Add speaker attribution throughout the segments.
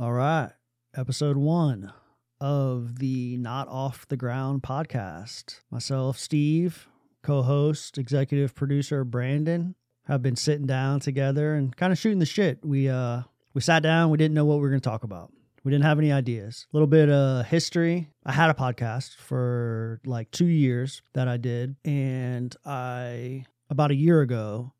Speaker 1: All right. Episode one of the Not Off the Ground podcast. Myself, Steve, co host, executive producer Brandon, have been sitting down together and kind of shooting the shit. We, uh, we sat down, we didn't know what we were going to talk about. We didn't have any ideas. A little bit of history. I had a podcast for like two years that I did. And I, about a year ago,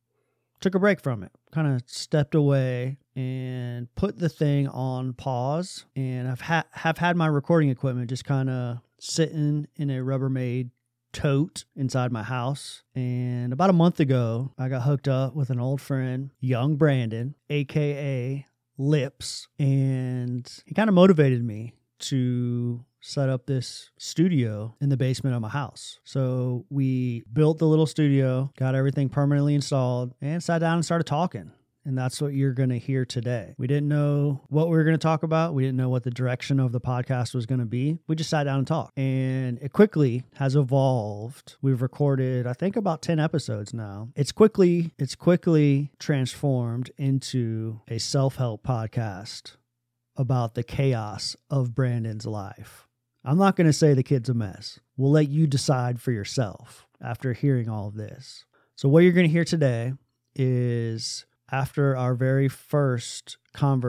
Speaker 1: took a break from it, kind of stepped away and put the thing on pause. And I've ha- have had my recording equipment just kind of sitting in a Rubbermaid tote inside my house. And about a month ago, I got hooked up with an old friend, young Brandon, aka Lips, and he kind of motivated me to set up this studio in the basement of my house. So we built the little studio, got everything permanently installed, and sat down and started talking. And that's what you're going to hear today. We didn't know what we were going to talk about. We didn't know what the direction of the podcast was going to be. We just sat down and talked. And it quickly has evolved. We've recorded, I think, about 10 episodes now. It's quickly, it's quickly transformed into a self-help podcast about the chaos of Brandon's life. I'm not going to say the kid's a mess. We'll let you decide for yourself after hearing all of this. So, what you're going to hear today is after our very first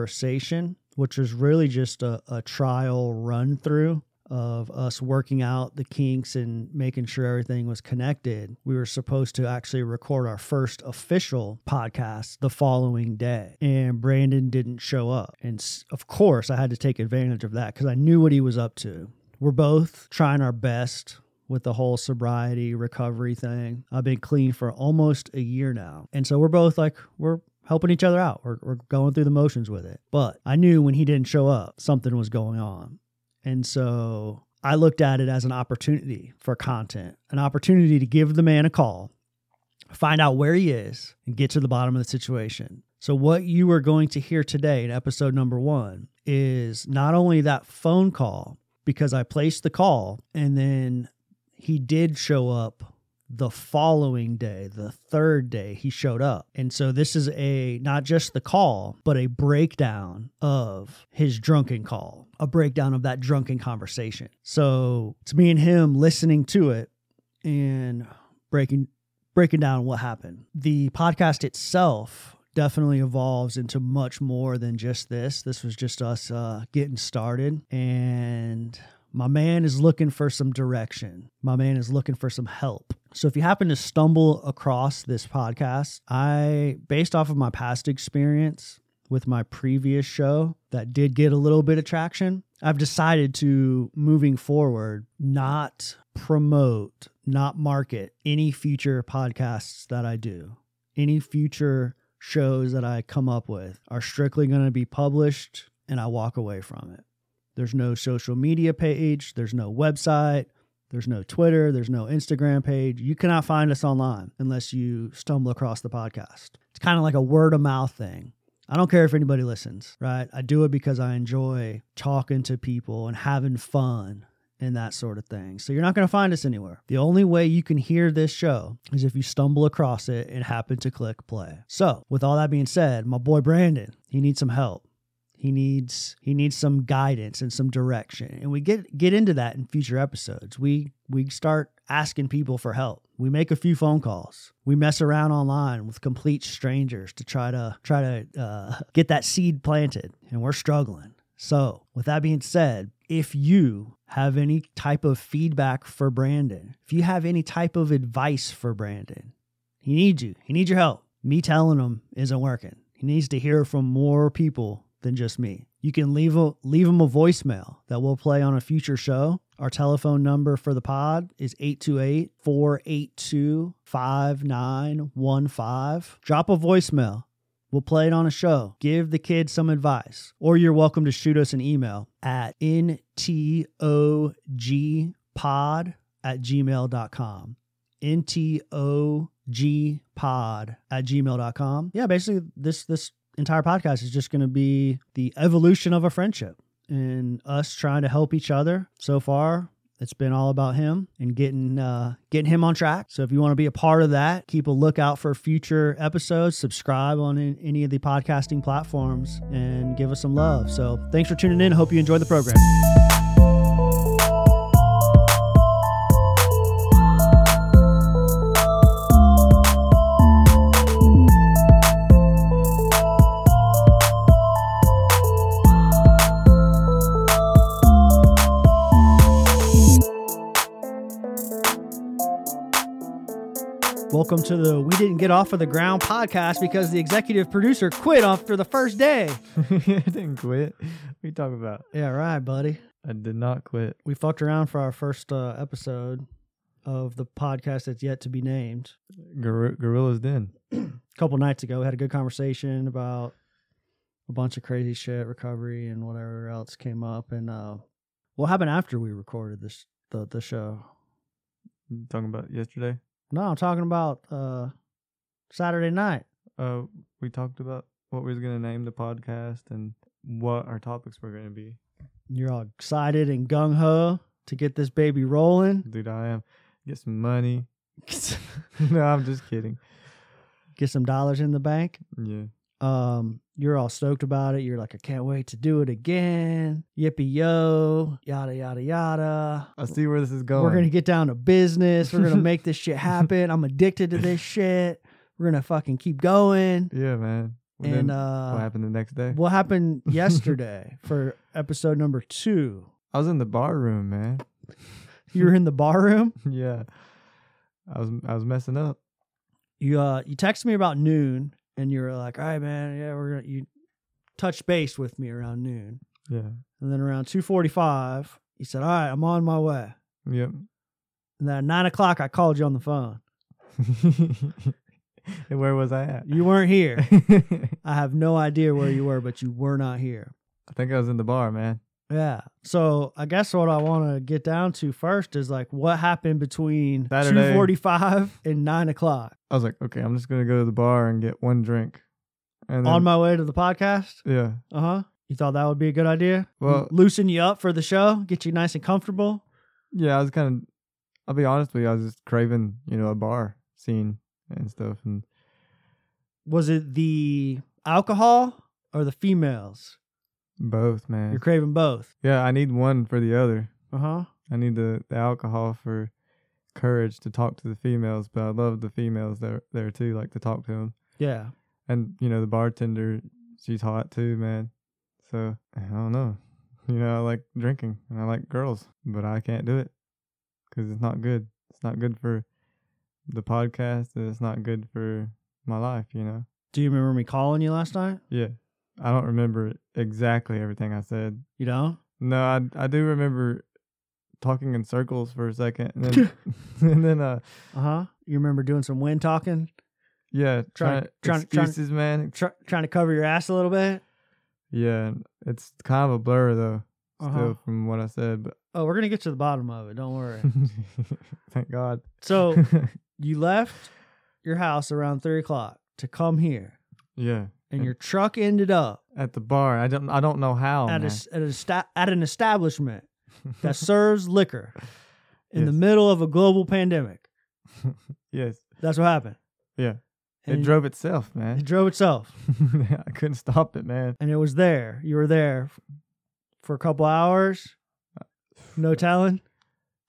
Speaker 1: conversation, which was really just a, a trial run through of us working out the kinks and making sure everything was connected, we were supposed to actually record our first official podcast the following day. And Brandon didn't show up. And s- of course, I had to take advantage of that because I knew what he was up to. We're both trying our best with the whole sobriety recovery thing. I've been clean for almost a year now. And so we're both like, we're helping each other out. We're, we're going through the motions with it. But I knew when he didn't show up, something was going on. And so I looked at it as an opportunity for content, an opportunity to give the man a call, find out where he is, and get to the bottom of the situation. So, what you are going to hear today in episode number one is not only that phone call, because I placed the call and then he did show up the following day, the third day he showed up. And so this is a not just the call, but a breakdown of his drunken call, a breakdown of that drunken conversation. So it's me and him listening to it and breaking breaking down what happened. The podcast itself definitely evolves into much more than just this. This was just us uh, getting started and my man is looking for some direction. My man is looking for some help. So if you happen to stumble across this podcast, I based off of my past experience with my previous show that did get a little bit of traction, I've decided to moving forward not promote, not market any future podcasts that I do. Any future shows that I come up with are strictly going to be published and I walk away from it. There's no social media page. There's no website. There's no Twitter. There's no Instagram page. You cannot find us online unless you stumble across the podcast. It's kind of like a word of mouth thing. I don't care if anybody listens, right? I do it because I enjoy talking to people and having fun and that sort of thing. So you're not going to find us anywhere. The only way you can hear this show is if you stumble across it and happen to click play. So, with all that being said, my boy Brandon, he needs some help he needs he needs some guidance and some direction and we get get into that in future episodes we we start asking people for help we make a few phone calls we mess around online with complete strangers to try to try to uh, get that seed planted and we're struggling so with that being said if you have any type of feedback for brandon if you have any type of advice for brandon he needs you he needs your help me telling him isn't working he needs to hear from more people than just me. You can leave a, leave them a voicemail that we'll play on a future show. Our telephone number for the pod is 828-482-5915. Drop a voicemail. We'll play it on a show. Give the kid some advice. Or you're welcome to shoot us an email at ntogpod at gmail.com. ntogpod at gmail.com. Yeah, basically this this entire podcast is just going to be the evolution of a friendship and us trying to help each other. So far, It's been all about him and getting uh, getting him on track. So if you want to be a part of that, keep a lookout for future episodes. Subscribe on in, any of the podcasting platforms and give us some love. So thanks for tuning in. Hope you enjoyed the program. Welcome to the We Didn't Get Off of the Ground podcast because the executive producer quit after the first day.
Speaker 2: I didn't quit. What are you talking about?
Speaker 1: Yeah, right, buddy.
Speaker 2: I did not quit.
Speaker 1: We fucked around for our first uh, episode of the podcast that's yet to be named.
Speaker 2: Gor- Gorilla's Den.
Speaker 1: A couple nights ago, we had a good conversation about a bunch of crazy shit, recovery, and whatever else came up. And uh, what happened after we recorded this the the show?
Speaker 2: You talking about yesterday.
Speaker 1: No, I'm talking about uh, Saturday night.
Speaker 2: Uh, we talked about what we was gonna name the podcast and what our topics were gonna be.
Speaker 1: You're all excited and gung ho to get this baby rolling.
Speaker 2: Dude, I am get some money. no, I'm just kidding.
Speaker 1: Get some dollars in the bank.
Speaker 2: Yeah,
Speaker 1: Um, you're all stoked about it. You're like, I can't wait to do it again. Yippee yo, yada yada yada.
Speaker 2: I see where this is going.
Speaker 1: We're gonna get down to business. We're gonna make this shit happen. I'm addicted to this shit. We're gonna fucking keep going.
Speaker 2: Yeah, man. Well,
Speaker 1: And
Speaker 2: then what
Speaker 1: uh,
Speaker 2: happened the next day?
Speaker 1: what happened yesterday for episode number two?
Speaker 2: I was in the bar room, man.
Speaker 1: You were in the bar room.
Speaker 2: yeah, I was I was messing up.
Speaker 1: You uh, you texted me about noon, and you were like, "All right, man, yeah, we're gonna." You touched base with me around noon,
Speaker 2: Yeah.
Speaker 1: and then around two forty-five, you said, "All right, I'm on my way."
Speaker 2: Yep.
Speaker 1: And then at nine o'clock, I called you on the phone.
Speaker 2: and where was I at?
Speaker 1: You weren't here.
Speaker 2: I
Speaker 1: I have no idea where you were, but you were not here.
Speaker 2: think I was in the bar, man.
Speaker 1: Yeah. So I guess what I want to get down to first is like what happened between
Speaker 2: Saturday.
Speaker 1: two forty-five and nine o'clock
Speaker 2: I was like, okay, I'm just gonna go to the bar and get one drink. And
Speaker 1: on
Speaker 2: then-
Speaker 1: my way to the podcast.
Speaker 2: yeah,
Speaker 1: Uh huh. You thought that would be a good idea?
Speaker 2: Well-
Speaker 1: loosen you up for the show, get you nice and comfortable.
Speaker 2: yeah, I was kind of. I'll be honest with you, I was just craving, you know, a bar scene and stuff. And
Speaker 1: Was it the alcohol or the females?
Speaker 2: both, man.
Speaker 1: You're craving both.
Speaker 2: yeah, I need one for the other.
Speaker 1: Uh huh.
Speaker 2: I need the, the alcohol for courage to talk to the females, but I love the females there there too, like to talk to them.
Speaker 1: Yeah.
Speaker 2: And you know, the bartender, she's hot too, man. So I don't know. You know, I like drinking and I like girls, but I can't do it because it's not good. It's not good for the podcast, and it's not good for my life. You know.
Speaker 1: Do you remember me calling you last night?
Speaker 2: Yeah, I don't remember exactly everything I said.
Speaker 1: You know?
Speaker 2: No, I I do remember talking in circles for a second, and then and then uh
Speaker 1: Uh huh. You remember doing some wind talking,
Speaker 2: yeah,
Speaker 1: Trying-
Speaker 2: trying,
Speaker 1: trying- trying-
Speaker 2: excuses, man.
Speaker 1: tr- trying to cover your ass a little bit.
Speaker 2: Yeah, and it's kind of a blur though,
Speaker 1: Uh huh.
Speaker 2: still from what I said, but.
Speaker 1: Oh, we're gonna get to the bottom of it. Don't worry.
Speaker 2: Thank God.
Speaker 1: so you left your house around three o'clock to come here,
Speaker 2: yeah.
Speaker 1: and
Speaker 2: Mm.
Speaker 1: your truck ended up
Speaker 2: At the bar. I don't I don't know how.
Speaker 1: at a
Speaker 2: Oh, man.
Speaker 1: s at, a sta- at an establishment that serves liquor in the
Speaker 2: Yes.
Speaker 1: middle of a global pandemic.
Speaker 2: yes.
Speaker 1: That's what happened.
Speaker 2: Yeah.
Speaker 1: And
Speaker 2: it drove itself,
Speaker 1: It
Speaker 2: man.
Speaker 1: drove itself,
Speaker 2: I couldn't stop it, man.
Speaker 1: and it was there. You were there f- for a couple hours. No telling.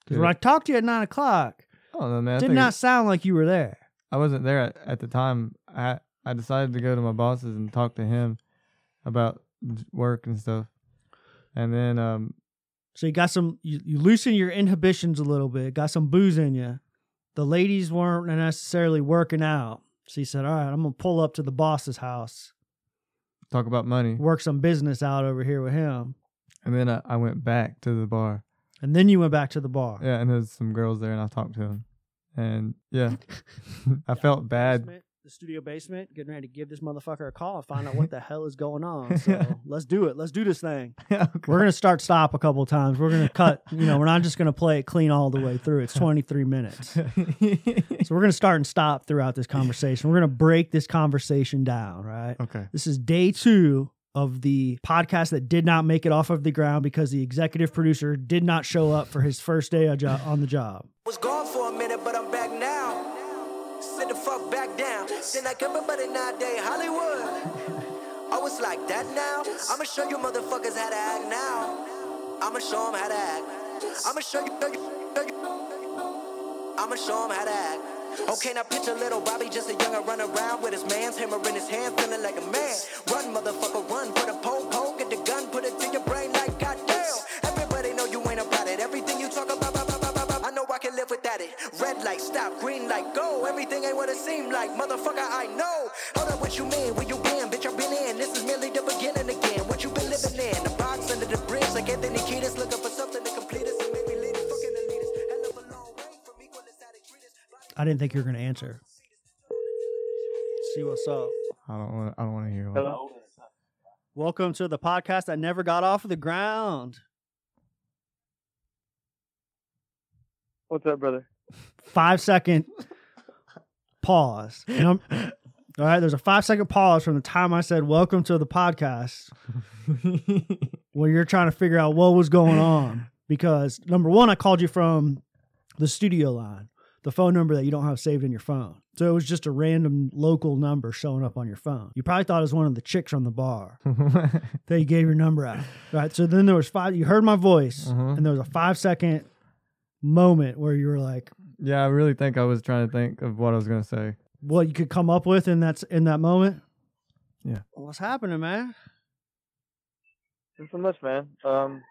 Speaker 1: 'Cause when I
Speaker 2: Dude,
Speaker 1: talked to you at nine o'clock,
Speaker 2: I don't know, man. I,
Speaker 1: it did
Speaker 2: think
Speaker 1: not
Speaker 2: it-
Speaker 1: sound like you were there.
Speaker 2: I wasn't there at, at the time. I I decided to go to my bosses and talk to him about j- work and stuff. And then um
Speaker 1: So you got some, you, you loosen your inhibitions a little bit, got some booze in you. The ladies weren't necessarily working out. So you said, All right, I'm going to pull up to the boss's house,
Speaker 2: talk about money.
Speaker 1: work some business out over here with him.
Speaker 2: And then I, I went back to the bar.
Speaker 1: And then you went back to the bar.
Speaker 2: Yeah, and there's some girls there and I talked to him. And yeah. I felt bad.
Speaker 1: Basement, the studio basement, getting ready to give this motherfucker a call and find out what the hell is going on. So let's do it. Let's do this thing. We're going to start stop a couple times. We're going to cut, you know, we're not just going to play it clean all the way through. It's 23 minutes. So we're going to start and stop throughout this conversation. We're going to break this conversation down, right?
Speaker 2: okay.
Speaker 1: This is day two of the podcast that did not make it off of the ground because the executive producer did not show up for his first day of jo- on the job.
Speaker 3: Was gone for a minute, but I'm back now. Sit the fuck back down. Then like everybody nowadays, Hollywood. I was like that now. I'ma show you motherfuckers how to act now. I'ma show 'em how to act. I'ma show you. show you- show you- I'ma show 'em how to act. Okay, now picture little Bobby, just a younger run around with his man's hammer in his hand, feeling like a man. Run, motherfucker, run. Put a poke, poke at the gun, put it to your brain like goddamn. Everybody know you ain't about it. Everything you talk about, about, about, about, about, I know I can live without it. Red light, stop. Green light, go. Everything ain't what it seemed like, motherfucker. I know. Hold up, what you mean? Where you been, bitch? I've been in. This is merely the beginning again. What you been living in? The box under the bridge, like Anthony Kiedis, looking for something to complete us and maybe lead us. Fucking elitist, hell of a long way from equal as how they treat us.
Speaker 1: I didn't think you were going to answer. See what's up.
Speaker 2: I don't want. I don't want to hear. One.
Speaker 4: Hello.
Speaker 1: Welcome to the podcast that never got off of the ground.
Speaker 4: What's up, brother?
Speaker 1: Five second pause. Num- all right, there's a five second pause from the time I said welcome to the podcast where you're trying to figure out what was going on. Because number one, I called you from the studio line, the phone number that you don't have saved in your phone. So it was just a random local number showing up on your phone. You probably thought it was one of the chicks from the bar that you gave your number out. Right. So then there was five you heard my voice
Speaker 2: Uh-huh.
Speaker 1: and there was a five second moment where you were like,
Speaker 2: yeah, I really think I was trying to think of what I was gonna say.
Speaker 1: what you could come up with in that in that moment.
Speaker 2: Yeah.
Speaker 1: What's happening, man?
Speaker 4: Nothing much, man. Um,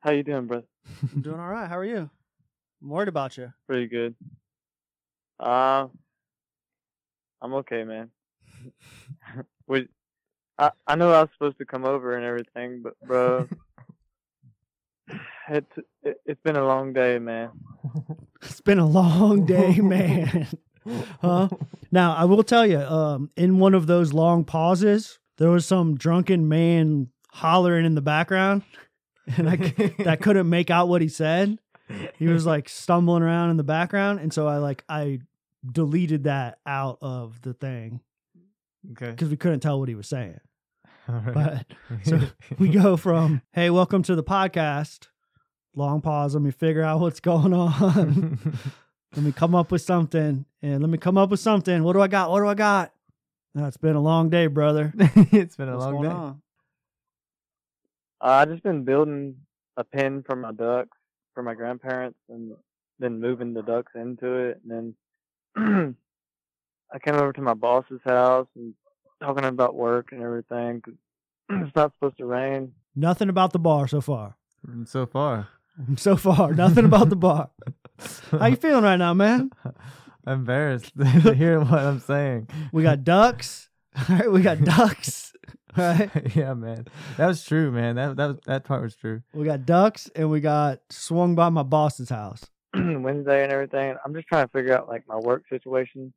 Speaker 4: how you doing, brother?
Speaker 1: I'm doing all right. How are you? I'm worried about you.
Speaker 4: Pretty good. Uh, I'm okay, man. Would I? I know I was supposed to come over and everything, but bro, it's it, it's been a long day, man.
Speaker 1: It's been a long day, man. huh? Now I will tell you, um, in one of those long pauses, there was some drunken man hollering in the background, and I c- that couldn't make out what he said. He was like stumbling around in the background, and so I like I deleted that out of the thing
Speaker 2: okay.
Speaker 1: because we couldn't tell what he was saying.
Speaker 2: All right.
Speaker 1: But so we go from hey, welcome to the podcast. Long pause. Let me figure out what's going on. Let me come up with something. And let me come up with something. What do I got? What do I got? Now, it's been a long day, brother.
Speaker 2: it's been a
Speaker 1: What's
Speaker 2: long
Speaker 1: going
Speaker 2: day.
Speaker 1: on?
Speaker 4: Uh, I just been building a pen for my ducks for my grandparents, and then moving the ducks into it. And then I came over to my boss's house and talking about work and everything. 'cause it's not supposed to rain.
Speaker 1: Nothing about the bar so far.
Speaker 2: So far.
Speaker 1: So far, nothing about the bar. How you feeling right now, man?
Speaker 2: embarrassed to hear what I'm saying.
Speaker 1: We got ducks. All right, we got ducks. All right,
Speaker 2: yeah, man. That was true, man. That that was, that part was true.
Speaker 1: we got ducks, and we got swung by my boss's house.
Speaker 4: Wednesday and everything. I'm just trying to figure out like my work situation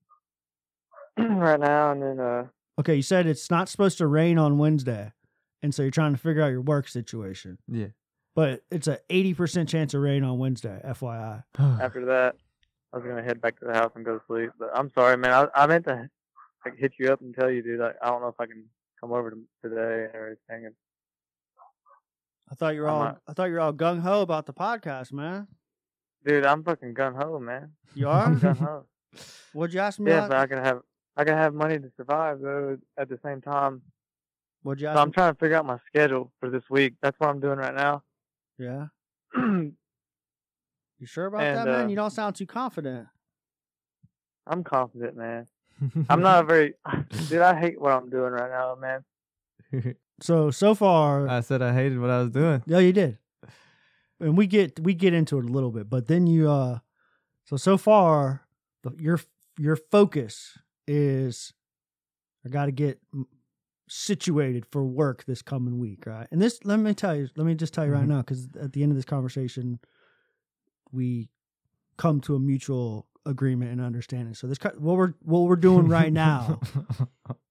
Speaker 4: right now, and then uh,
Speaker 1: Okay, you said it's not supposed to rain on Wednesday, and so you're trying to figure out your work situation.
Speaker 2: Yeah.
Speaker 1: But it's a 80% chance of rain on Wednesday, FYI.
Speaker 4: after that, I was gonna head back to the house and go to sleep. But I'm sorry, man. I, I meant to like hit you up and tell you, dude. Like, I don't know if I can come over to, today and everything. And
Speaker 1: I thought you were
Speaker 4: I'm
Speaker 1: all
Speaker 4: not-
Speaker 1: I thought you were all gung ho about the podcast, man.
Speaker 4: dude, I'm fucking gun ho, man.
Speaker 1: You
Speaker 4: I'm
Speaker 1: are?
Speaker 4: gun ho.
Speaker 1: What'd you ask me?
Speaker 4: yeah,
Speaker 1: la-
Speaker 4: but I can have I can have money to survive though. At the same time,
Speaker 1: What'd you
Speaker 4: so
Speaker 1: ask?
Speaker 4: I'm
Speaker 1: me?
Speaker 4: trying to figure out my schedule for this week. That's what I'm doing right now.
Speaker 1: yeah.
Speaker 4: I'm
Speaker 1: You sure about
Speaker 4: And,
Speaker 1: that, man?
Speaker 4: uh,
Speaker 1: you don't sound too confident.
Speaker 4: confident, man. I'm not a very dude. I hate what I'm doing right now, man.
Speaker 1: So so far,
Speaker 2: I said I hated what I was doing.
Speaker 1: yeah, you did. And we get we get into it a little bit, but then you uh, so so far, the, your your focus is, I got to get m- situated for work this coming week, right? And this, let me tell you, let me just tell you right
Speaker 2: Mhm.
Speaker 1: now, because at the end of this conversation, we come to a mutual agreement and understanding. So this co- what we're what we're doing right now.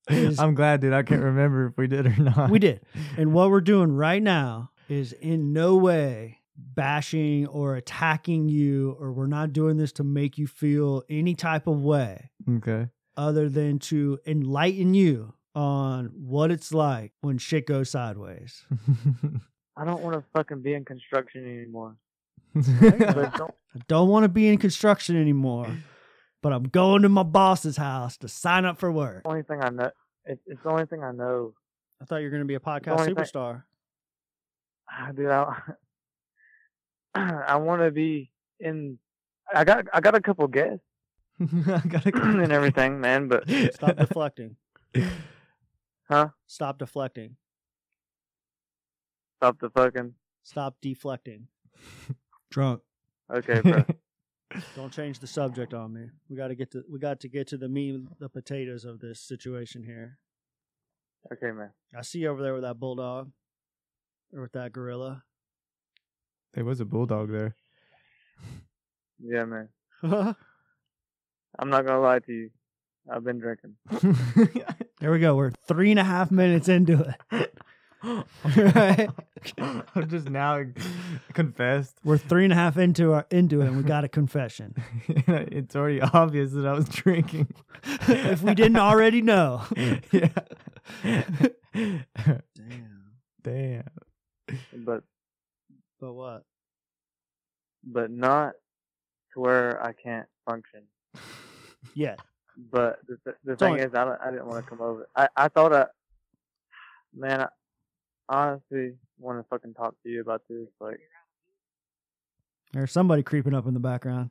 Speaker 1: is-
Speaker 2: I'm glad, dude. I can't remember if we did or not.
Speaker 1: We did. And what we're doing right now is in no way bashing or attacking you, or we're not doing this to make you feel any type of way
Speaker 2: Okay.
Speaker 1: other than to enlighten you on what it's like when shit goes sideways.
Speaker 4: I don't want to fucking be in construction anymore. But don't,
Speaker 1: I don't want to be in construction anymore, but I'm going to my boss's house to sign up for work.
Speaker 4: only thing I know. It, it's the only thing I know.
Speaker 1: I thought you were going to be a podcast
Speaker 4: only thing-
Speaker 1: superstar.
Speaker 4: Dude, I, I want to be in. I got I got a couple guests
Speaker 2: I gotta go.
Speaker 4: and everything, man. But
Speaker 1: Stop deflecting.
Speaker 4: Huh?
Speaker 1: Stop deflecting.
Speaker 4: stop the fucking.
Speaker 1: Stop deflecting. Drunk.
Speaker 4: Okay, bro.
Speaker 1: Don't change the subject on me. We got to get to we got to get to the meat, the potatoes of this situation here.
Speaker 4: okay, man.
Speaker 1: I see you over there with that bulldog, or with that gorilla.
Speaker 2: there was a bulldog there.
Speaker 4: Yeah, man.
Speaker 1: there
Speaker 4: I'm not gonna lie to you. I've been drinking.
Speaker 1: we go. We're three and a half minutes into it. Right?
Speaker 2: I'm just now confessed.
Speaker 1: We're three and a half into our into it, and we got a confession.
Speaker 2: it's already obvious that I was drinking.
Speaker 1: if we didn't already know,
Speaker 2: yeah.
Speaker 1: damn.
Speaker 2: Damn.
Speaker 4: But
Speaker 1: But what?
Speaker 4: but not to where I can't function.
Speaker 1: Yeah.
Speaker 4: But the, th- the
Speaker 1: Don't-
Speaker 4: thing is, I, don't, I didn't want to come over. I, I thought I, man, I honestly want to fucking talk to you about this. Like,
Speaker 1: There's somebody creeping up in the background.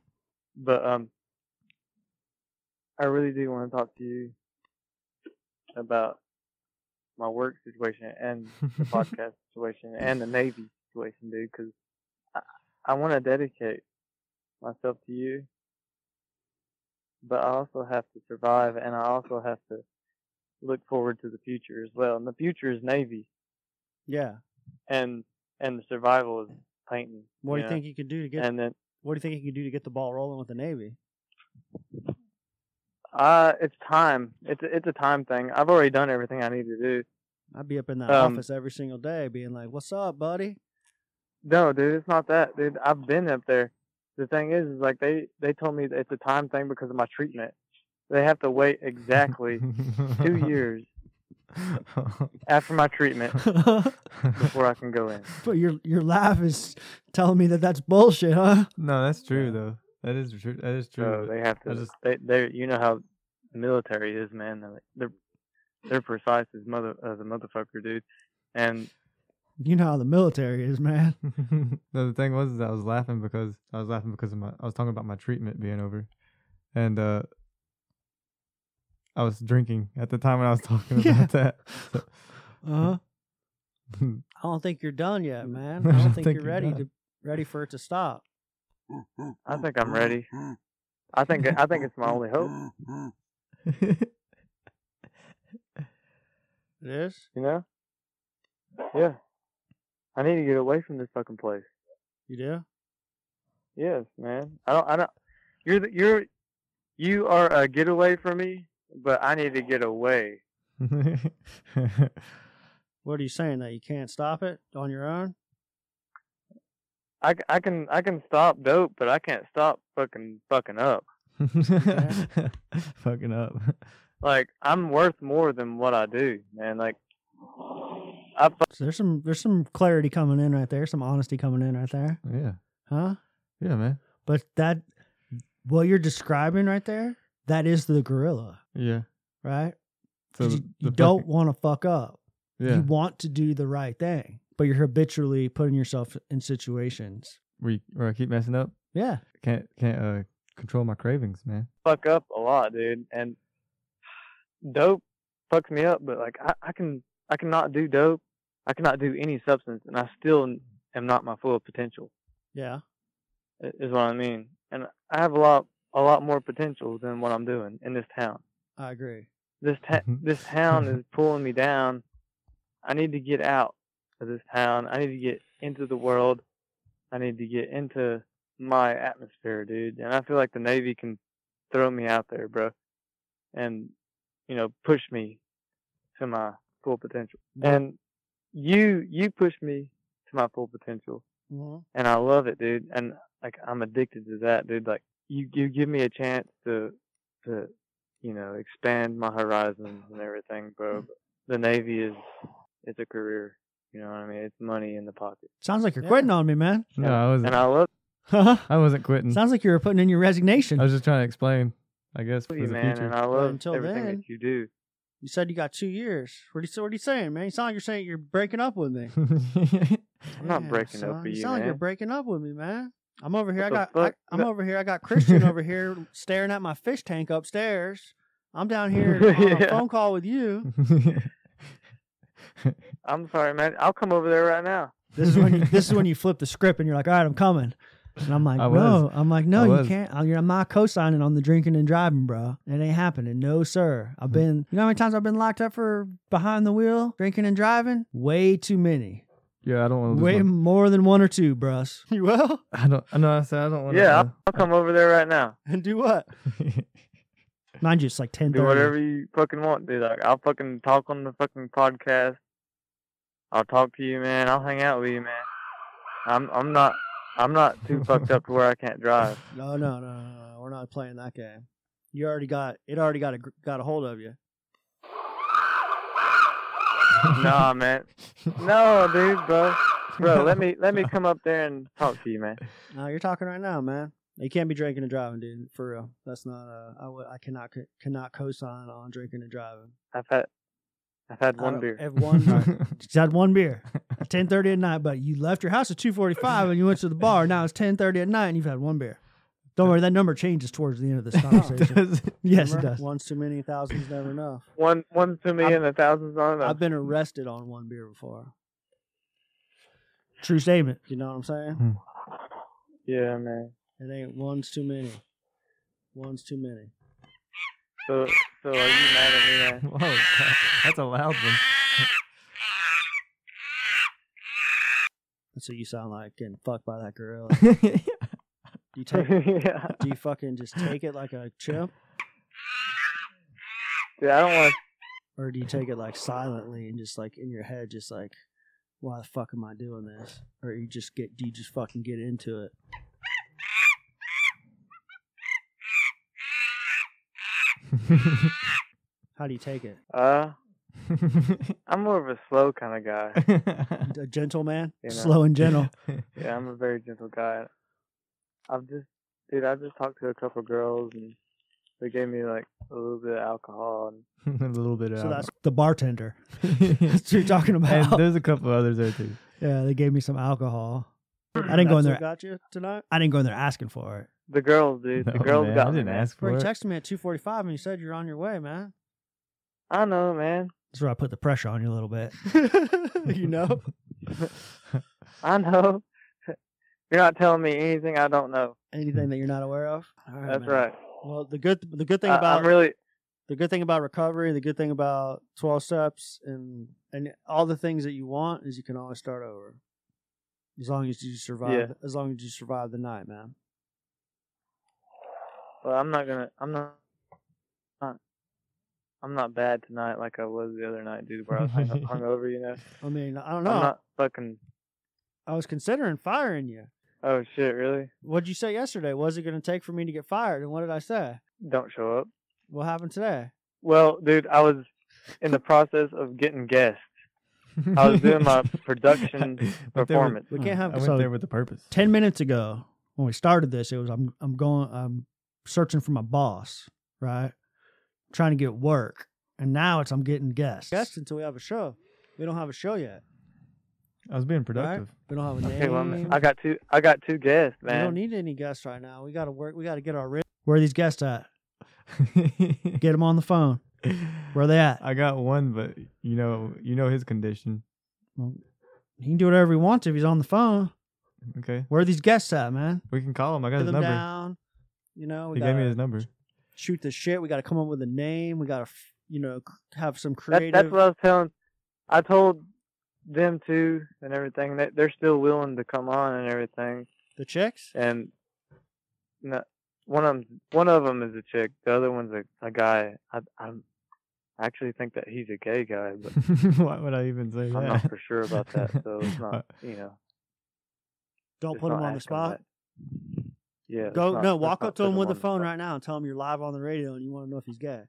Speaker 4: but um, I really do want to talk to you about my work situation and the podcast situation and the Navy situation, dude. Because I, I want to dedicate myself to you, but I also have to survive, and I also have to look forward to the future as well. And the future is Navy,
Speaker 1: Yeah.
Speaker 4: and and the survival is painting.
Speaker 1: What do
Speaker 4: know?
Speaker 1: you think you can do to get?
Speaker 4: And then
Speaker 1: what do you think you can do to get the ball rolling with the Navy?
Speaker 4: uh, it's time. It's a- it's a time thing. I've already done everything I need to do.
Speaker 1: I'd be up in that
Speaker 4: Um,
Speaker 1: office every single day, being like, "What's up, buddy?"
Speaker 4: No, dude, it's not that, dude. I've been up there. The thing is, is like they they told me that it's a time thing because of my treatment. They have to wait exactly two years after my treatment before I can go in.
Speaker 1: But your your laugh is telling me that that's bullshit, huh?
Speaker 2: no, that's true
Speaker 4: Yeah.
Speaker 2: though. That is true. That is
Speaker 4: So
Speaker 2: true.
Speaker 4: they have
Speaker 2: I
Speaker 4: to.
Speaker 2: just-
Speaker 4: They they you know how the military is, man. They're like- They're they're precise as mother as a motherfucker, dude. And
Speaker 1: You know how the military is, man.
Speaker 2: no, the thing was is I was laughing because I was laughing because of my I was talking about my treatment being over, and uh, I was drinking at the time when I was talking about
Speaker 1: Yeah.
Speaker 2: that. So-
Speaker 1: Uh-huh. I don't think you're done yet, man. Mm. I
Speaker 2: I
Speaker 1: don't,
Speaker 2: don't
Speaker 1: think,
Speaker 2: think
Speaker 1: you're
Speaker 2: you're
Speaker 1: ready
Speaker 2: done.
Speaker 1: to ready for it to stop.
Speaker 4: I think I'm ready. I think I think it's my only hope.
Speaker 1: It is.
Speaker 4: You know? Yeah. I need to get away from this fucking place.
Speaker 1: You do.
Speaker 4: Yes, man. I don't. I don't. You're the, you're you are a getaway for me, but I need to get away.
Speaker 1: What are you saying that you can't stop it on your own?
Speaker 4: I, c- I can I can stop dope, but I can't stop fucking fucking up.
Speaker 2: Fucking up.
Speaker 4: Like I'm worth more than what I do, man. Like I fu-
Speaker 1: So there's some there's some clarity coming in right there, some honesty coming in right there,
Speaker 2: Yeah.
Speaker 1: huh?
Speaker 2: Yeah, man.
Speaker 1: But that what you're describing right there, that is the gorilla,
Speaker 2: Yeah.
Speaker 1: right?
Speaker 2: So
Speaker 1: 'Cause
Speaker 2: the-
Speaker 1: you,
Speaker 2: the
Speaker 1: you don't
Speaker 2: fucking-
Speaker 1: want to fuck up.
Speaker 2: yeah.
Speaker 1: You want to do the right thing, but you're habitually putting yourself in situations.
Speaker 2: where, you, where I keep messing up.
Speaker 1: Yeah.
Speaker 2: Can't can't uh control my cravings, man.
Speaker 4: fuck up a lot, dude, and dope fucks me up. But like I, I can I cannot do dope. I cannot do any substance, and I still am not my full potential.
Speaker 1: Yeah.
Speaker 4: i- is what I mean. And I have a lot, a lot more potential than what I'm doing in this town.
Speaker 1: I agree.
Speaker 4: This ta- this town is pulling me down. I need to get out of this town. I need to get into the world. I need to get into my atmosphere, dude. And I feel like the Navy can throw me out there, bro, and you know push me to my full potential. And you you push me to my full potential
Speaker 1: Mm-hmm.
Speaker 4: and I love it, dude. And like I'm addicted to that, dude. Like you, you give me a chance to to you know, expand my horizons and everything,
Speaker 2: Mm-hmm.
Speaker 4: bro. But the Navy is it's a career. You know what I mean? It's money in the pocket.
Speaker 1: Sounds like you're
Speaker 2: Yeah.
Speaker 1: quitting on me, man.
Speaker 2: No, I wasn't.
Speaker 4: And I love
Speaker 1: Sounds
Speaker 2: I wasn't quitting.
Speaker 1: like you were putting in your resignation.
Speaker 2: I was just trying to explain. I guess for
Speaker 4: you,
Speaker 2: the
Speaker 4: man, and
Speaker 2: future.
Speaker 4: I love
Speaker 1: until
Speaker 4: everything
Speaker 1: then-
Speaker 4: that you do.
Speaker 1: You said you got two years. What are you, what are you saying, man? You sound like you're saying you're breaking up with me.
Speaker 4: I'm not
Speaker 1: Yeah,
Speaker 4: breaking
Speaker 1: son.
Speaker 4: up with
Speaker 1: You
Speaker 4: you,
Speaker 1: sound like you're
Speaker 4: man.
Speaker 1: breaking up with me, man. I'm over here.
Speaker 4: What
Speaker 1: I
Speaker 4: the
Speaker 1: got. I,
Speaker 4: fuck?
Speaker 1: I'm over here. I got Christian over here staring at my fish tank upstairs. I'm down here on a
Speaker 4: Yeah.
Speaker 1: phone call with you.
Speaker 4: I'm sorry, man. I'll come over there right now.
Speaker 1: This is when. You, this is when you flip the script and you're like, "All right, I'm coming." And I'm like,
Speaker 2: I
Speaker 1: "No, I'm like, no,
Speaker 2: I
Speaker 1: you
Speaker 2: was.
Speaker 1: can't. I'm, I'm not co-signing on the drinking and driving, bro. It ain't happening. No, sir. I've been. You know how many times I've been locked up for behind the wheel, drinking and driving? Way too many.
Speaker 2: yeah, I don't want to.
Speaker 1: Way more than one or two, brus. You will?
Speaker 2: I don't. I know. I said I don't want.
Speaker 4: Yeah, I'll, I'll come over there right now.
Speaker 1: And do what? Mind you, it's like ten
Speaker 4: Do
Speaker 1: thirty.
Speaker 4: whatever you fucking want, dude. Like, I'll fucking talk on the fucking podcast. I'll talk to you, man. I'll hang out with you, man. I'm I'm not I'm not too fucked up to where I can't drive.
Speaker 1: No, no, no, no, no. We're not playing that game. You already got it. Already got a gr- got a hold of you.
Speaker 4: Nah, man. No, dude, bro. Bro, let me let me come up there and talk to you, man.
Speaker 1: No, you're talking right now, man. You can't be drinking and driving, dude. For real, that's not. Uh, I would. I cannot. co- Cannot co-sign on drinking and driving.
Speaker 4: I've had I've had
Speaker 1: I
Speaker 4: one
Speaker 1: don't-
Speaker 4: beer.
Speaker 1: Have one. just had one beer. Ten thirty at night, but you left your house at two forty-five and you went to the bar. Now it's ten thirty at night and you've had one beer. Don't worry, that number changes towards the end of this conversation.
Speaker 2: Does it-
Speaker 1: yes, it
Speaker 2: Remember?
Speaker 1: does. One's too many, thousands never enough.
Speaker 4: One one to me
Speaker 1: I've-
Speaker 4: and a thousand's on
Speaker 1: I've been arrested on one beer before. True statement. You know what I'm saying?
Speaker 4: Yeah, man.
Speaker 1: It ain't one's too many. One's too many.
Speaker 4: So so are you mad at me, man?
Speaker 2: Whoa, that- that's a loud one.
Speaker 1: That's what you sound like getting fucked by that gorilla. Do you take
Speaker 4: yeah.
Speaker 1: do you fucking just take it like a chimp?
Speaker 4: Dude, I don't want
Speaker 1: Or do you take it like silently and just like in your head just like why the fuck am I doing this? Or you just get do you just fucking get into it? How do you take it?
Speaker 4: to uh I'm more of a slow kind of guy.
Speaker 1: A gentleman?
Speaker 4: You know.
Speaker 1: Slow and gentle.
Speaker 4: Yeah, I'm a very gentle guy. I've just, dude, I just talked to a couple girls and they gave me like a little bit of alcohol and
Speaker 2: a little bit of.
Speaker 1: So that's the bartender.
Speaker 2: that's
Speaker 1: That's what you're talking about.
Speaker 2: there's a couple others there too.
Speaker 1: Yeah, they gave me some alcohol. I didn't go in
Speaker 4: That's
Speaker 1: there.
Speaker 4: what Got you tonight.
Speaker 1: I didn't go in there asking for it.
Speaker 4: The girls, dude. the
Speaker 2: No,
Speaker 4: girls
Speaker 2: Oh, man,
Speaker 4: got
Speaker 2: I didn't
Speaker 4: me. man.
Speaker 2: ask for
Speaker 1: Bro, you
Speaker 2: it.
Speaker 1: texted me at two forty five and you said you're on your way, man.
Speaker 4: I know, man.
Speaker 1: That's where I put the pressure on you a little bit. you know?
Speaker 4: I know. You're not telling me anything I don't know.
Speaker 1: Anything that you're not aware of. All right,
Speaker 4: That's
Speaker 1: man.
Speaker 4: right.
Speaker 1: Well, the good the good thing
Speaker 4: I,
Speaker 1: about
Speaker 4: I'm really,
Speaker 1: the good thing about recovery, the good thing about 12 steps and and all the things that you want is you can always start over. As long as you survive as long as you survive the night, man.
Speaker 4: well, I'm not gonna, I'm not, not, I'm not bad tonight like I was the other night, dude, where I was hung, hungover, you know?
Speaker 1: I mean, I don't
Speaker 4: I'm
Speaker 1: know.
Speaker 4: not fucking,
Speaker 1: I was considering firing you.
Speaker 4: oh shit, really?
Speaker 1: What'd you say yesterday? What's it gonna take for me to get fired? And what did I say?
Speaker 4: Don't show up.
Speaker 1: What happened today?
Speaker 4: Well, dude, I was in the process of getting guests. I was doing my production
Speaker 2: But they were-
Speaker 4: performance.
Speaker 1: We can't have-
Speaker 2: I went
Speaker 1: so-
Speaker 2: there with a purpose.
Speaker 1: 10 minutes ago when we started this it was i'm i'm going i'm searching for my boss right trying to get work and now it's i'm getting guests guests until we have a show we don't have a show yet
Speaker 2: I was being productive.
Speaker 1: we don't have a
Speaker 4: Okay,
Speaker 1: name
Speaker 4: well, I got two. I got two guests,
Speaker 1: we don't
Speaker 4: man.
Speaker 1: need any guests right now we gotta work we gotta get our ri- where are these guests at get them on the phone where are they at
Speaker 2: I got one, but you know, you know his condition.
Speaker 1: he can do whatever he wants if he's on the phone
Speaker 2: Okay,
Speaker 1: where are these guests at man
Speaker 2: we can call him. I got
Speaker 1: put
Speaker 2: his
Speaker 1: them
Speaker 2: number.
Speaker 1: down you know we
Speaker 2: He gave me
Speaker 1: gotta-
Speaker 2: his number.
Speaker 1: shoot the shit. We got to come up with a name. We got to, you know, c- have some
Speaker 4: That,
Speaker 1: creative.
Speaker 4: that's what I was telling. I told them too, and everything. That they're still willing to come on and everything.
Speaker 1: the chicks.
Speaker 4: And no, one of them, one of them is a chick. The other one's a, a guy. I, I actually think that he's a gay guy, but
Speaker 2: Why would I even say
Speaker 4: I'm
Speaker 2: that?
Speaker 4: not for sure about that. So it's not, you know.
Speaker 1: Don't
Speaker 4: it's
Speaker 1: put them
Speaker 4: not
Speaker 1: on the
Speaker 4: asking
Speaker 1: spot.
Speaker 4: that. Yeah.
Speaker 1: Go
Speaker 4: let's not-
Speaker 1: no,
Speaker 4: let's
Speaker 1: walk
Speaker 4: not
Speaker 1: up to
Speaker 4: put
Speaker 1: him with
Speaker 4: on
Speaker 1: a phone
Speaker 4: spot.
Speaker 1: right now and tell him you're live on the radio and you want to know if he's gay.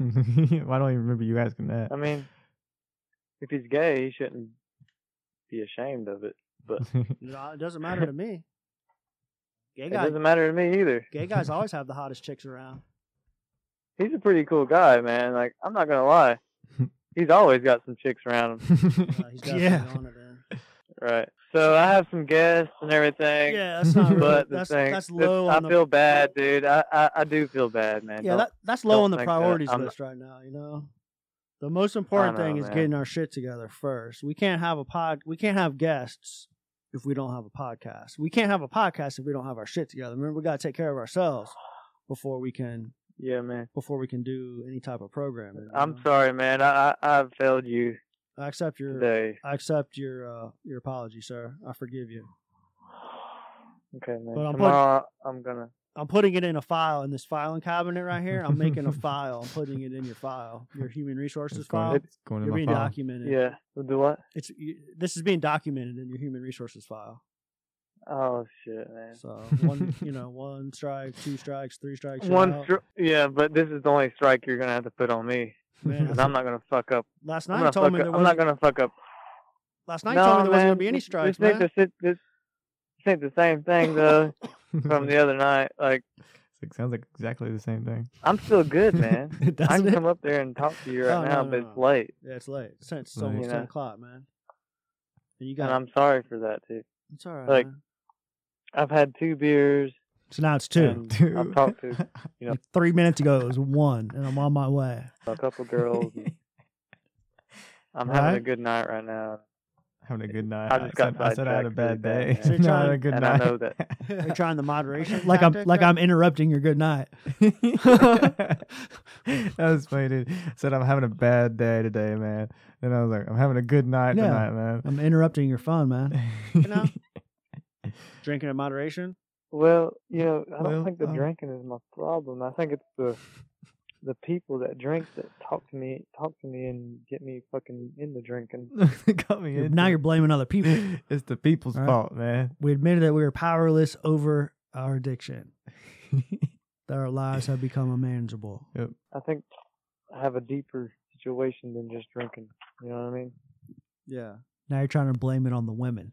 Speaker 2: I don't even remember you asking that.
Speaker 4: I mean, if he's gay, he shouldn't be ashamed of it.
Speaker 1: No, It doesn't matter to me. Gay
Speaker 4: It
Speaker 1: guy,
Speaker 4: doesn't matter to me either.
Speaker 1: gay guys always have the hottest chicks around.
Speaker 4: He's a pretty cool guy, man. Like I'm not gonna lie, he's always got some chicks around him.
Speaker 1: Uh, he's definitely
Speaker 2: yeah.
Speaker 1: on it then.
Speaker 4: Right. So I have some guests and everything.
Speaker 1: Yeah, that's not really,
Speaker 4: But the
Speaker 1: that's
Speaker 4: thing,
Speaker 1: that's
Speaker 4: this-
Speaker 1: low
Speaker 4: I
Speaker 1: on the
Speaker 4: feel bad, dude. I, I, I do feel bad, man.
Speaker 1: yeah
Speaker 4: Don't-
Speaker 1: that, that's low
Speaker 4: don't
Speaker 1: on the
Speaker 4: think that
Speaker 1: priorities
Speaker 4: I'm-
Speaker 1: list right now. You know, the most important
Speaker 4: know,
Speaker 1: thing is
Speaker 4: man.
Speaker 1: getting our shit together first. We can't have a pod. We can't have guests if we don't have a podcast. We can't have a podcast if we don't have our shit together. Remember, we gotta take care of ourselves before we can
Speaker 4: yeah, man.
Speaker 1: before we can do any type of programming. you
Speaker 4: I'm
Speaker 1: know?
Speaker 4: sorry, man. I, I I've failed you
Speaker 1: I accept your
Speaker 4: today.
Speaker 1: I accept your uh, your apology, sir. I forgive you.
Speaker 4: Okay, man.
Speaker 1: But I'm put-
Speaker 4: Tomorrow I'm gonna.
Speaker 1: I'm putting it in a file in this filing cabinet right here. I'm making a file. I'm putting it in your file, your human resources
Speaker 2: It's going,
Speaker 1: file.
Speaker 2: it's going in
Speaker 1: You're
Speaker 2: my
Speaker 1: being
Speaker 2: file.
Speaker 1: documented.
Speaker 4: Yeah. Do what?
Speaker 1: It's you, this is being documented in your human resources file.
Speaker 4: Oh shit, man.
Speaker 1: So one, you know, one strike, two strikes, three strikes. you're
Speaker 4: One,
Speaker 1: out.
Speaker 4: stri- yeah, but this is the only strike you're gonna have to put on me,
Speaker 1: Man,
Speaker 4: and I'm not gonna fuck up.
Speaker 1: Last
Speaker 4: I'm,
Speaker 1: night you
Speaker 4: gonna
Speaker 1: told
Speaker 4: fuck
Speaker 1: me
Speaker 4: up.
Speaker 1: there
Speaker 4: I'm not
Speaker 1: wasn't.
Speaker 4: gonna fuck up.
Speaker 1: Last night you
Speaker 4: no,
Speaker 1: told me there wasn't
Speaker 4: man,
Speaker 1: gonna be any
Speaker 4: this-
Speaker 1: strikes,
Speaker 4: This, ain't
Speaker 1: man.
Speaker 4: the si- this, this ain't the same thing though from the other night. Like
Speaker 2: It sounds like exactly the same thing.
Speaker 4: I'm still good, man. I
Speaker 1: Doesn't
Speaker 4: can
Speaker 1: it?
Speaker 4: come up there and talk to you
Speaker 1: No,
Speaker 4: right
Speaker 1: no,
Speaker 4: now,
Speaker 1: no,
Speaker 4: but
Speaker 1: no.
Speaker 4: it's late,
Speaker 1: Yeah, it's late. It's, it's
Speaker 2: Right.
Speaker 1: almost
Speaker 4: You
Speaker 1: ten
Speaker 4: know.
Speaker 1: o'clock, man. And you
Speaker 4: and
Speaker 1: got
Speaker 4: I'm sorry for that too.
Speaker 1: it's all right.
Speaker 4: like,
Speaker 1: man.
Speaker 4: I've had two beers.
Speaker 1: So now it's
Speaker 4: and I've talked to Like,
Speaker 1: Three minutes ago it was one, and I'm on my way.
Speaker 4: a couple girls. and I'm having a
Speaker 1: Right.
Speaker 4: good night right now,
Speaker 2: Having a good night.
Speaker 4: I just got
Speaker 2: said, I said I had a
Speaker 4: sidetracked
Speaker 2: bad day.
Speaker 4: really bad,
Speaker 1: man. So you're
Speaker 2: No, I had
Speaker 1: trying-
Speaker 2: a good
Speaker 4: and I
Speaker 2: night.
Speaker 4: know that.
Speaker 1: Are you trying the moderation?
Speaker 4: Okay,
Speaker 1: Like I'm
Speaker 4: tactic,
Speaker 1: like
Speaker 4: right?
Speaker 1: I'm interrupting your good night.
Speaker 2: that was funny, dude. Said I'm having a bad day today, man. Then I was like, I'm having a good night
Speaker 1: Yeah.
Speaker 2: tonight, man.
Speaker 1: I'm interrupting your fun, man.
Speaker 2: You
Speaker 1: know? Drinking in moderation.
Speaker 4: Well, you know, I don't
Speaker 2: Well,
Speaker 4: think the
Speaker 2: um,
Speaker 4: drinking is my problem. I think it's the the people that drink that talk to me, talk to me, and get me fucking into drinking.
Speaker 2: Got me
Speaker 1: You're-
Speaker 2: into
Speaker 1: now
Speaker 2: it.
Speaker 1: you're blaming other people.
Speaker 2: It's the people's
Speaker 1: All right.
Speaker 2: fault, man.
Speaker 1: We admitted that we were powerless over our addiction. that our lives have become unmanageable.
Speaker 4: I think I have a deeper situation than just drinking. You know what I mean?
Speaker 1: Yeah. Now you're trying to blame it on the women.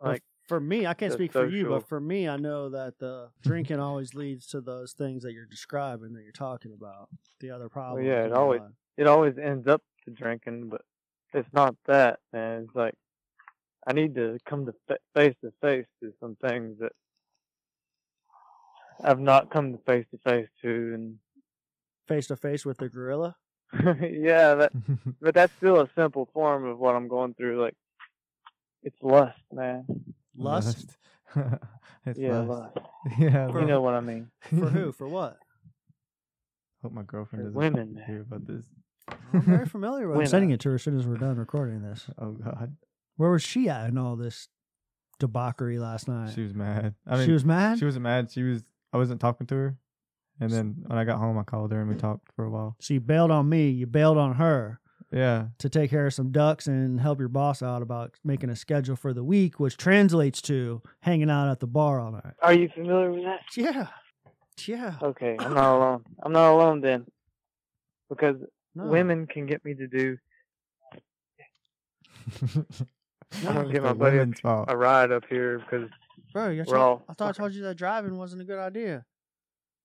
Speaker 1: Well,
Speaker 4: Like
Speaker 1: For me, I can't
Speaker 4: The
Speaker 1: speak for you,
Speaker 4: social-
Speaker 1: but for me, I know that the drinking always leads to those things that you're describing that you're talking about. The other problem.
Speaker 4: yeah, it always- it always ends up to drinking, but it's not that, man. It's like I need to come to fa- face to face to some things that I've not come to face to face to, and
Speaker 1: face to face with the gorilla.
Speaker 4: yeah, that But that's still a simple form of what I'm going through. Like, it's lust, man.
Speaker 1: Lust
Speaker 2: Lust. it's
Speaker 4: yeah,
Speaker 2: lust.
Speaker 4: lust.
Speaker 2: Yeah.
Speaker 1: For-
Speaker 4: You know what I mean.
Speaker 1: for who? For what?
Speaker 2: Hope my girlfriend
Speaker 4: For
Speaker 2: doesn't
Speaker 4: women, man.
Speaker 2: hear about this.
Speaker 1: I'm very familiar with. I'm
Speaker 4: Women.
Speaker 1: sending it to her as soon as we're done recording this.
Speaker 2: Oh God,
Speaker 1: Where was she at in all this debauchery last night?
Speaker 2: she was mad. I mean,
Speaker 1: she was mad.
Speaker 2: She wasn't mad. She was. I wasn't talking to her. And then when I got home, I called her and we talked for a while.
Speaker 1: so you bailed on me. You bailed on her.
Speaker 2: Yeah.
Speaker 1: to take care of some ducks and help your boss out about making a schedule for the week, which translates to hanging out at the bar all night.
Speaker 4: Are you familiar with that?
Speaker 1: Yeah. Yeah.
Speaker 4: Okay, I'm not alone. I'm not alone then, because
Speaker 1: No.
Speaker 4: women can get me to do I'm gonna
Speaker 2: It's
Speaker 4: get
Speaker 2: the
Speaker 4: my buddy up-
Speaker 2: women's fault.
Speaker 4: a ride up here because
Speaker 1: Bro, you
Speaker 4: we're
Speaker 1: told,
Speaker 4: all.
Speaker 1: I thought I told you that driving wasn't a good idea.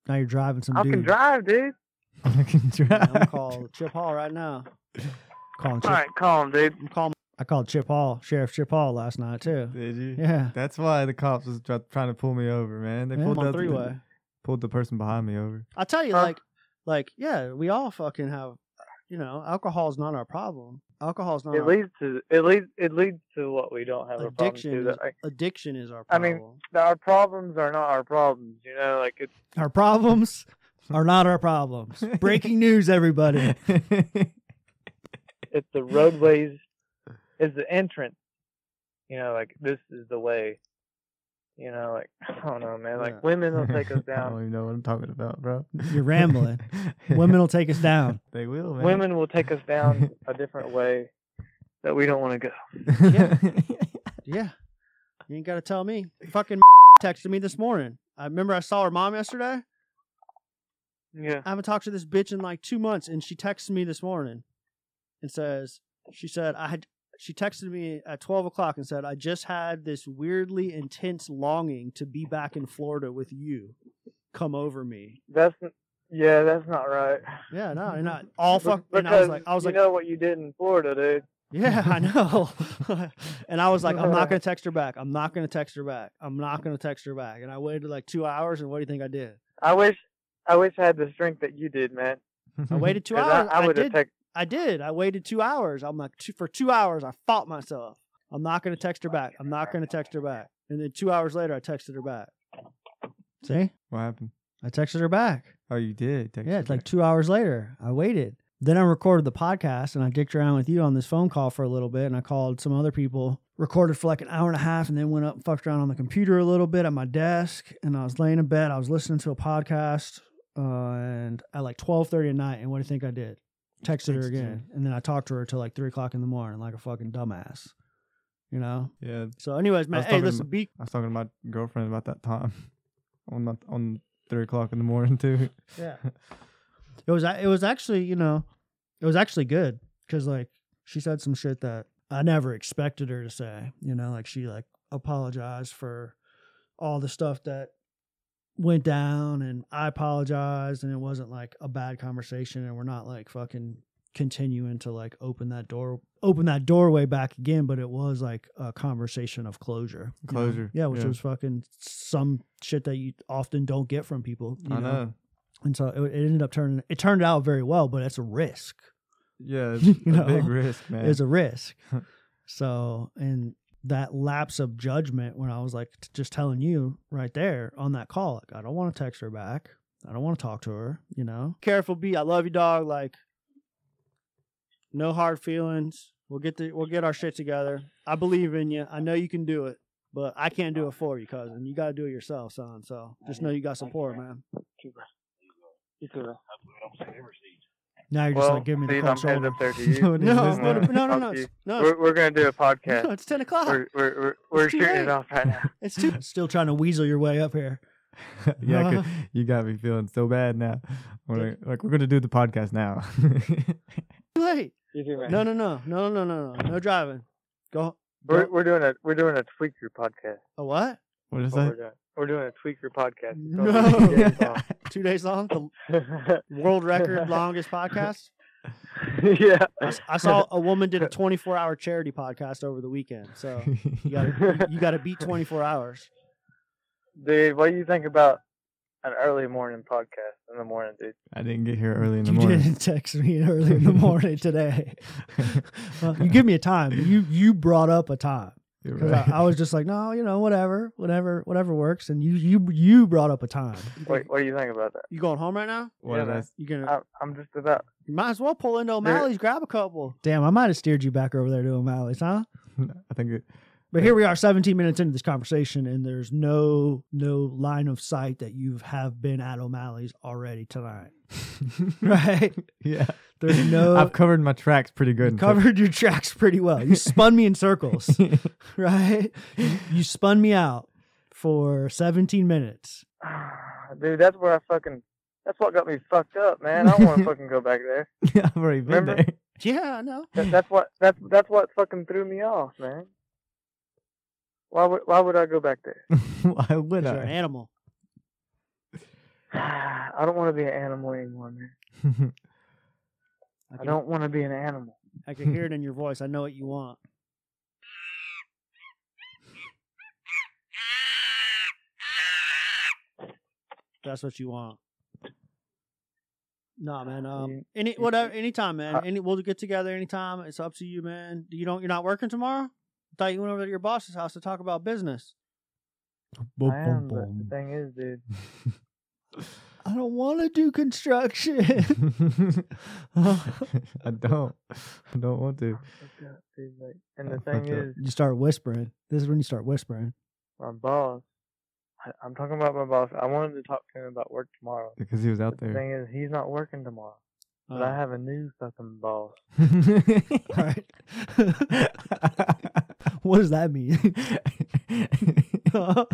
Speaker 1: Now you're driving some
Speaker 4: I
Speaker 1: dude.
Speaker 4: can drive, dude.
Speaker 2: I can
Speaker 1: Yeah, I'm gonna
Speaker 2: drive.
Speaker 1: call Chip Hall right now. Calling Chip.
Speaker 4: All right, calm, dude.
Speaker 1: I'm calling. I called Chip Hall, Sheriff Chip Hall, last night too.
Speaker 2: Did you?
Speaker 1: Yeah.
Speaker 2: That's why the cops was try- trying to pull me over, man. They
Speaker 1: Yeah,
Speaker 2: pulled
Speaker 1: I'm on
Speaker 2: the
Speaker 1: three-way.
Speaker 2: pulled the person behind me over.
Speaker 1: I tell you,
Speaker 4: Huh?
Speaker 1: like, like, yeah, we all fucking have, you know, alcohol's not our problem. Alcohol's not
Speaker 4: It
Speaker 1: our
Speaker 4: leads to it leads it leads to what we don't have a problem to.
Speaker 1: addiction. Is,
Speaker 4: That, like,
Speaker 1: addiction is our
Speaker 4: I
Speaker 1: problem.
Speaker 4: mean, our problems are not our problems. You know, like it's
Speaker 1: Our problems are not our problems. Breaking news, everybody.
Speaker 4: it's the roadways is the entrance you know like this is the way you know like i don't know man like
Speaker 1: Yeah.
Speaker 4: women will take us
Speaker 2: I don't
Speaker 4: down
Speaker 2: even know what I'm talking about, bro.
Speaker 1: You're rambling. Women will take us down.
Speaker 2: They will, man.
Speaker 4: women will take us down a different way that we don't want to go
Speaker 1: Yeah. Yeah. You ain't got to tell me. Fucking texted me this morning. I remember I saw her mom yesterday.
Speaker 4: Yeah.
Speaker 1: I haven't talked to this bitch in like two months, and she texts me this morning and says she said I had she texted me at twelve o'clock and said I just had this weirdly intense longing to be back in Florida with you. Come over me,
Speaker 4: That's yeah, that's not right.
Speaker 1: yeah, no, and I all
Speaker 4: Be-
Speaker 1: fuck. And I was
Speaker 4: because
Speaker 1: like, I was
Speaker 4: you
Speaker 1: like,
Speaker 4: know what you did in Florida, dude.
Speaker 1: yeah, I know. and I was like, I'm not gonna text her back. I'm not gonna text her back. I'm not gonna text her back. And I waited like two hours, and what do you think I did?
Speaker 4: I wish, I wish I had the strength that you did, man.
Speaker 1: I waited two
Speaker 4: 'Cause
Speaker 1: hours.
Speaker 4: I,
Speaker 1: I
Speaker 4: would
Speaker 1: did
Speaker 4: have texted.
Speaker 1: I did. I waited two hours. I'm like, two, for two hours, I fought myself. I'm not going to text her back. I'm not going to text her back. And then two hours later, I texted her back. See?
Speaker 2: What happened?
Speaker 1: I texted her back.
Speaker 2: Oh, you did. text
Speaker 1: Yeah,
Speaker 2: her
Speaker 1: it's like
Speaker 2: back.
Speaker 1: two hours later. I waited. Then I recorded the podcast and I dicked around with you on this phone call for a little bit. And I called some other people, recorded for like an hour and a half, and then went up and fucked around on the computer a little bit at my desk. And I was laying in bed. I was listening to a podcast, uh, and at like twelve thirty at night. And what do you think I did? Texted her
Speaker 2: Texted
Speaker 1: again, and then I talked to her till like three o'clock in the morning, like a fucking dumbass. You know.
Speaker 2: Yeah,
Speaker 1: So, anyways, man,
Speaker 2: was
Speaker 1: hey,
Speaker 2: talking
Speaker 1: listen,
Speaker 2: about-
Speaker 1: be
Speaker 2: I was talking to my girlfriend about that time on the, on three o'clock in the morning too.
Speaker 1: Yeah. It was it was actually, you know, it was actually good cuz like she said some shit that I never expected her to say, you know, like she like apologized for all the stuff that went down and I apologized and it wasn't like a bad conversation and we're not like fucking continuing to like open that door open that doorway back again but it was like a conversation of closure you know?
Speaker 2: Closure,
Speaker 1: yeah which
Speaker 2: yeah.
Speaker 1: was fucking some shit that you often don't get from people you
Speaker 2: I know.
Speaker 1: and so it, it ended up turning it turned out very well but it's a risk
Speaker 2: Yeah, it's
Speaker 1: You
Speaker 2: a big
Speaker 1: know,
Speaker 2: risk, man.
Speaker 1: it's a risk so and that lapse of judgment when i was like t- just telling you right there on that call like i don't want to text her back i don't want to talk to her you know careful b i love you dog like no hard feelings we'll get the we'll get our shit together i believe in you i know you can do it but i can't do it for you cousin you got to do it yourself son so just know you got support man
Speaker 4: You too, man.
Speaker 1: now you're just
Speaker 4: Well,
Speaker 1: like giving me the
Speaker 4: Steve,
Speaker 1: cold
Speaker 4: I'm heads
Speaker 1: shoulder
Speaker 4: up there to you.
Speaker 2: So it is
Speaker 1: no,
Speaker 2: this
Speaker 1: no,
Speaker 2: now.
Speaker 1: no, no, no,
Speaker 4: Fuck
Speaker 1: no,
Speaker 4: you.
Speaker 1: it's- no, it's-
Speaker 4: We're, we're gonna do a
Speaker 1: no,
Speaker 4: podcast.
Speaker 1: it's ten o'clock.
Speaker 4: We're we're we're, we're
Speaker 1: too
Speaker 4: shooting
Speaker 1: late.
Speaker 4: it off right now.
Speaker 1: it's too. Still trying to weasel your way up here.
Speaker 2: yeah, I could- you got me feeling so bad now. We're like, we're gonna do the podcast now.
Speaker 1: Too late.
Speaker 4: You too, man.
Speaker 1: No, no, no, no, no, no, no, no driving. Go.
Speaker 4: We're
Speaker 1: go-
Speaker 4: we're doing a we're doing a tweaker podcast.
Speaker 1: a what?
Speaker 2: what is
Speaker 4: What we're
Speaker 2: that?
Speaker 4: doing. We're doing a tweaker podcast. It's
Speaker 1: No.
Speaker 4: gonna be two days
Speaker 1: Two days long. The
Speaker 4: long.
Speaker 1: world record longest podcast.
Speaker 4: yeah.
Speaker 1: I, s- I saw a woman did a 24 hour charity podcast over the weekend. So you got to you got to beat 24 hours.
Speaker 4: Dude, what do you think about an early morning podcast in the morning, dude?
Speaker 2: I didn't get here early in the
Speaker 1: you
Speaker 2: morning.
Speaker 1: didn't text me early in the morning today. Well, you give me a time. You you brought up a time.
Speaker 2: You're
Speaker 1: Because
Speaker 2: right.
Speaker 1: I, I was just like, no, you know, whatever, whatever, whatever works. And you, you, you brought up a time.
Speaker 4: What what do you think about that?
Speaker 1: You going home right now?
Speaker 2: What
Speaker 4: Yeah,
Speaker 2: did I
Speaker 4: man.
Speaker 2: s-
Speaker 1: You gonna?
Speaker 4: I, I'm just about
Speaker 1: you might as well pull into O'Malley's, grab a couple. Damn, I might have steered you back over there to O'Malley's, huh?
Speaker 2: I think it,
Speaker 1: But here we are, 17 minutes into this conversation, and there's no no line of sight that you have been at O'Malley's already tonight, right?
Speaker 2: yeah.
Speaker 1: There's no.
Speaker 2: I've covered my tracks pretty good.
Speaker 1: you
Speaker 2: and stuff.
Speaker 1: covered your tracks pretty well. You spun me in circles, right? You, you spun me out for 17 minutes.
Speaker 4: Dude, that's where I fucking. That's what got me fucked up, man. I don't want to fucking go back there.
Speaker 2: I've already been
Speaker 4: Remember?
Speaker 2: there.
Speaker 1: Yeah, I know.
Speaker 4: That, that's what. That's that's what fucking threw me off, man. Why would Why would I go back there?
Speaker 2: Why would
Speaker 1: 'Cause You're an
Speaker 2: I?
Speaker 1: animal.
Speaker 4: I don't want to be an animal anymore, man. I
Speaker 1: can-
Speaker 4: don't want to be an animal.
Speaker 1: I can hear it in your voice. I know what you want. That's what you want. Nah, man. Um, any whatever, anytime, man.
Speaker 4: Uh,
Speaker 1: Any, we'll get together anytime. It's up to you, man. You don't. You're not working tomorrow. Thought you went over to your boss's house to talk about business.
Speaker 4: I am, but the thing is, dude.
Speaker 1: I don't want to do construction.
Speaker 2: I don't. I don't want to.
Speaker 4: fuck up, dude, like- and the
Speaker 2: I
Speaker 4: thing
Speaker 2: fucked up.
Speaker 4: is,
Speaker 1: you start whispering. This is when you start whispering.
Speaker 4: my boss. I, I'm talking about my boss. I wanted to talk to him about work tomorrow.
Speaker 2: Because he was out
Speaker 4: But the
Speaker 2: there.
Speaker 4: thing is, he's not working tomorrow. But
Speaker 1: Uh,
Speaker 4: I have a new fucking boss.
Speaker 1: all right. what does that mean?
Speaker 2: I,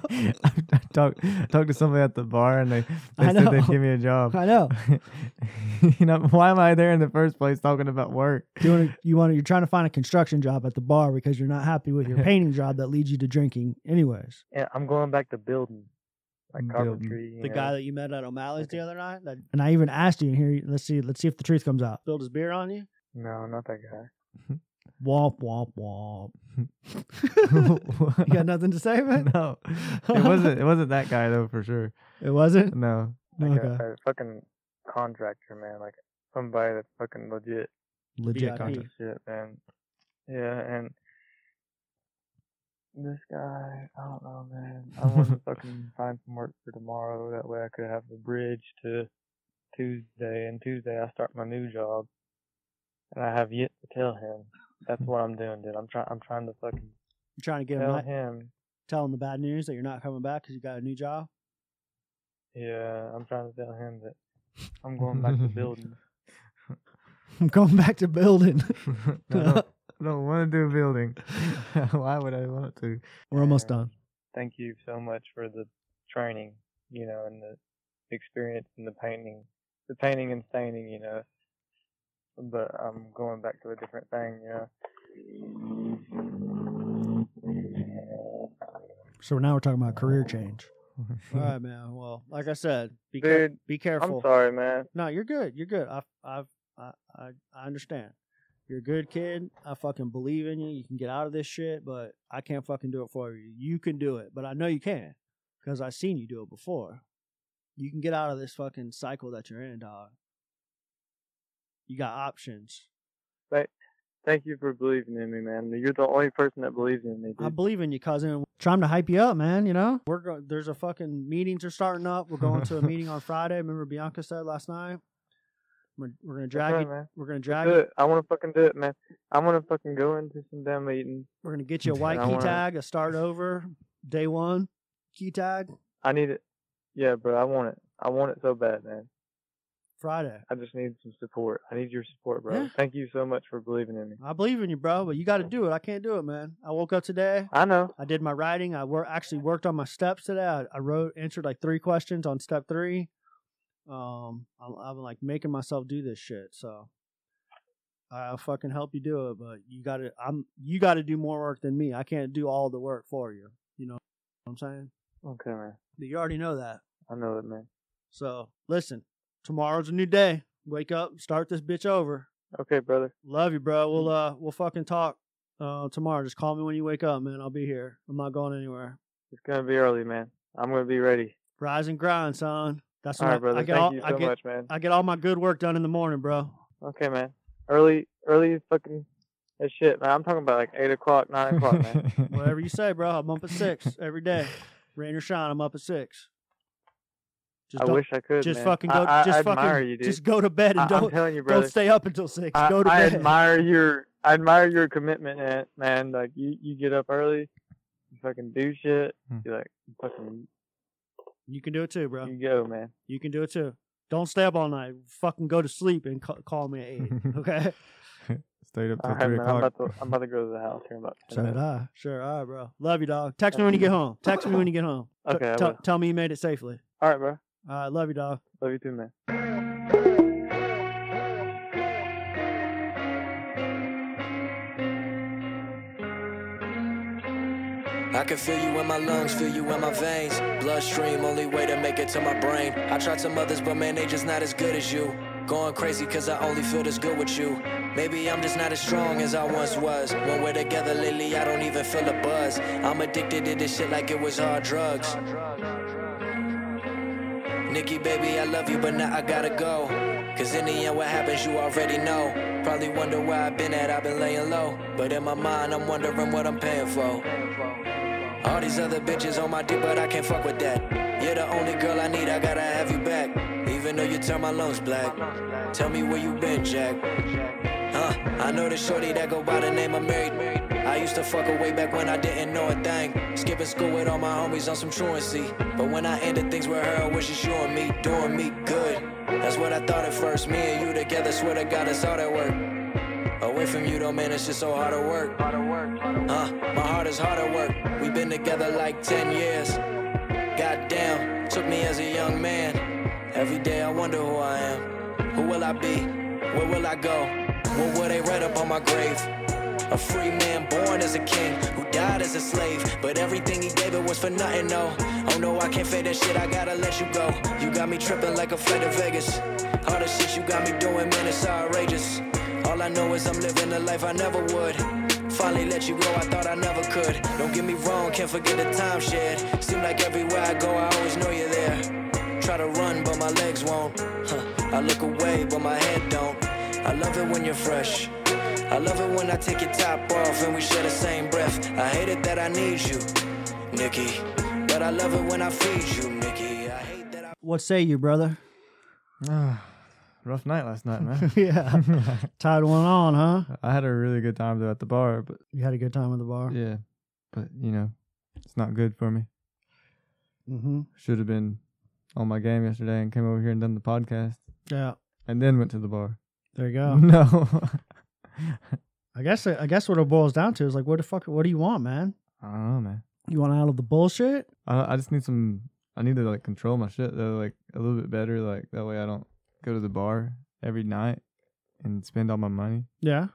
Speaker 2: I talk talk to somebody at the bar and they, they
Speaker 1: I
Speaker 2: said they'd
Speaker 1: know.
Speaker 2: give me a job.
Speaker 1: I know.
Speaker 2: you know, why am I there in the first place talking about work?
Speaker 1: You want to, you want to, you're trying to find a construction job at the bar because you're not happy with your painting job that leads you to drinking. Anyways,
Speaker 4: Yeah, I'm going back to building, like
Speaker 2: Building.
Speaker 4: carpentry. you
Speaker 1: the
Speaker 4: know.
Speaker 1: guy that you met at O'Malley's
Speaker 4: Okay.
Speaker 1: the other night, that, and I even asked you, and here, let's see, let's see if the truth comes out. Spilled his beer on you.
Speaker 4: No, not that guy.
Speaker 1: Womp womp womp. You got
Speaker 2: no,
Speaker 1: nothing to say, man?
Speaker 2: it wasn't. It wasn't that guy though, for sure.
Speaker 1: It wasn't.
Speaker 2: No,
Speaker 4: Like a-
Speaker 1: Okay.
Speaker 4: a, fucking contractor, man. Like somebody that's fucking legit.
Speaker 1: Legit
Speaker 2: VIP.
Speaker 1: content.
Speaker 4: Shit, man. Yeah, and this guy, I don't know, man. I want to fucking find some work for tomorrow. That way I could have the bridge to Tuesday, and Tuesday I start my new job. And I have yet to tell him. That's what I'm doing, dude. I'm trying. I'm trying to fucking
Speaker 1: You're trying to get him
Speaker 4: tell
Speaker 1: not
Speaker 4: him.
Speaker 1: tell him the bad news that you're not coming back because you got a new job.
Speaker 4: Yeah, I'm trying to tell him that I'm going back to building.
Speaker 1: I'm going back to building.
Speaker 2: I don't, I don't want to do building. why would I want to?
Speaker 1: We're almost
Speaker 4: And-
Speaker 1: done.
Speaker 4: thank you so much for the training, you know, and the experience and the painting, the painting and staining, you know. But I'm going back to a different thing, you know.
Speaker 1: So now we're talking about career change. All right, man. Well, like I said, be, care-
Speaker 4: Dude,
Speaker 1: be careful.
Speaker 4: I'm sorry, man.
Speaker 1: No, you're good. You're good. I, I, I, I, I understand. You're a good kid. I fucking believe in you. You can get out of this shit, but I can't fucking do it for you. You can do it, but I know you can because I've seen you do it before. You can get out of this fucking cycle that you're in, dog. You got options.
Speaker 4: Thank you for believing in me, man. You're the only person that believes in me,
Speaker 1: I
Speaker 4: dude.
Speaker 1: believe in you, cousin. Trying to hype you up, man. You know, we're go- there's a fucking meetings are starting up. We're going to a meeting on Friday. Remember Bianca said last night. We're, we're gonna
Speaker 4: That's
Speaker 1: drag
Speaker 4: right,
Speaker 1: you.
Speaker 4: man.
Speaker 1: We're gonna drag
Speaker 4: Do
Speaker 1: you.
Speaker 4: it. I want to fucking do it, man. I want to fucking go into some damn meeting.
Speaker 1: We're gonna get you a white
Speaker 4: I
Speaker 1: key
Speaker 4: wanna-
Speaker 1: tag, a start over, day one key tag
Speaker 4: I need it. Yeah, bro. I want it. I want it so bad, man.
Speaker 1: Friday.
Speaker 4: I just need some support. I need your support, bro.
Speaker 1: Yeah.
Speaker 4: Thank you so much for believing in me.
Speaker 1: I believe in you, bro, but you got to do it. I can't do it, man. I woke up today.
Speaker 4: I know.
Speaker 1: I did my writing. I wor- actually worked on my steps today. I, I wrote, answered like three questions on step three. Um, I'm, I'm like making myself do this shit. So I'll fucking help you do it, but you got to. I'm you got to do more work than me. I can't do all the work for you. You know what I'm saying?
Speaker 4: Okay, man.
Speaker 1: But you already know that.
Speaker 4: I know it, man.
Speaker 1: So listen, tomorrow's a new day. Wake up, start this bitch over.
Speaker 4: Okay, brother.
Speaker 1: Love you, bro. We'll
Speaker 4: Mm-hmm.
Speaker 1: uh we'll fucking talk uh tomorrow. Just call me when you wake up, man. I'll be here. I'm not going anywhere.
Speaker 4: It's gonna be early, man. I'm gonna be ready.
Speaker 1: Rise and grind, son. That's
Speaker 4: All
Speaker 1: when
Speaker 4: right,
Speaker 1: I,
Speaker 4: brother.
Speaker 1: I get
Speaker 4: Thank
Speaker 1: all
Speaker 4: you
Speaker 1: I
Speaker 4: so
Speaker 1: get
Speaker 4: much, man.
Speaker 1: I get all my good work done in the morning, bro.
Speaker 4: Okay, man. Early, early is fucking as shit, man. I'm talking about like eight o'clock, nine o'clock, man.
Speaker 1: Whatever you say, bro. I'm up at six every day. Rain or shine, I'm up at six. Just
Speaker 4: I
Speaker 1: don't-
Speaker 4: wish I could.
Speaker 1: just
Speaker 4: man.
Speaker 1: fucking
Speaker 4: I-
Speaker 1: go
Speaker 4: I,
Speaker 1: just
Speaker 4: I
Speaker 1: fucking
Speaker 4: admire you, dude.
Speaker 1: just go to bed
Speaker 4: I,
Speaker 1: and
Speaker 4: am
Speaker 1: don't
Speaker 4: telling you, brother.
Speaker 1: don't stay up until six.
Speaker 4: I,
Speaker 1: go to
Speaker 4: I
Speaker 1: bed.
Speaker 4: admire your, I admire your commitment, man. man. Like you, you get up early, you fucking do shit.
Speaker 2: Hmm.
Speaker 4: You like fucking,
Speaker 1: you can do it too, bro.
Speaker 4: you go, man.
Speaker 1: You can do it too. Don't stay up all night. Fucking go to sleep and ca- call me at eight. Okay.
Speaker 2: Stayed up
Speaker 4: All
Speaker 2: till
Speaker 4: right,
Speaker 2: three
Speaker 4: man. I'm
Speaker 2: o'clock.
Speaker 4: about to, I'm about to go to the house here in about ten
Speaker 1: Sure
Speaker 4: minutes.
Speaker 1: I. Sure. All right, bro. Love you, dog. Text me when you get home. Text me when you get home. T-
Speaker 4: Okay, I
Speaker 1: tell-
Speaker 4: will.
Speaker 1: tell me you made it safely.
Speaker 4: All right, bro.
Speaker 1: All right. Love you, dog.
Speaker 4: Love you too, man.
Speaker 5: I can feel you in my lungs, feel you in my veins. Bloodstream, only way to make it to my brain. I tried some others, but man, they just not as good as you. Going crazy, cause I only feel this good with you. Maybe I'm just not as strong as I once was. When we're together lately, I don't even feel a buzz. I'm addicted to this shit like it was all drugs. Nikki, baby, I love you, but now I gotta go. Cause in the end, what happens, you already know. Probably wonder where I've been at, I've been laying low. But in my mind, I'm wondering what I'm paying for. All these other bitches on my dick, but I can't fuck with that. You're the only girl I need, I gotta have you back. Even though you turn my lungs black. Tell me where you been, Jack. Huh? I know the shorty that go by the name of Mary. I used to fuck her way back when I didn't know a thing. Skipping school with all my homies on some truancy. But when I ended things with her, it was just you and me, doing me good. That's what I thought at first. Me and you together, swear to God, it's all that work. Away from you though, man, it's just so hard to work. Uh, Hard to work. Huh? My heart is hard at work. We've been together like 10 years. Goddamn, took me as a young man. Every day I wonder who I am. Who will I be? Where will I go? What will they write up on my grave? A free man born as a king who died as a slave. But everything he gave it was for nothing, no. Oh no, I can't fade that shit, I gotta let you go. You got me tripping like a flight to Vegas. All the shit you got me doing, man, it's outrageous. All I know is I'm living a life I never would. Finally let you go, I thought I never could. Don't get me wrong, can't forget the time shared. Seem like everywhere I go, I always know you're there. Try to run, but my legs won't. Huh. I look away, but my head don't. I love it when you're fresh. I love it when I take your top off and we share the same breath. I hate it that I need you, Nikki. But I love it when I feed you, Nikki. I hate that I.
Speaker 1: What say you, brother?
Speaker 2: Ah, rough night last night, man.
Speaker 1: yeah. Uh, Tied one on, huh?
Speaker 2: I had a really good time though at the bar, but
Speaker 1: You had a good time at the bar.
Speaker 2: yeah, but you know, it's not good for me.
Speaker 1: Mm-hmm.
Speaker 2: Should have been on my game yesterday and came over here and done the podcast
Speaker 1: Yeah.
Speaker 2: and then went to the bar.
Speaker 1: There you go.
Speaker 2: No,
Speaker 1: I guess I guess what it boils down to is like, what the fuck? What do you want, man?
Speaker 2: I don't know, man.
Speaker 1: You want out of the bullshit?
Speaker 2: I I just need some. I need to like control my shit though, like a little bit better. Like that way, I don't go to the bar every night and spend all my money.
Speaker 1: Yeah. Mm-hmm.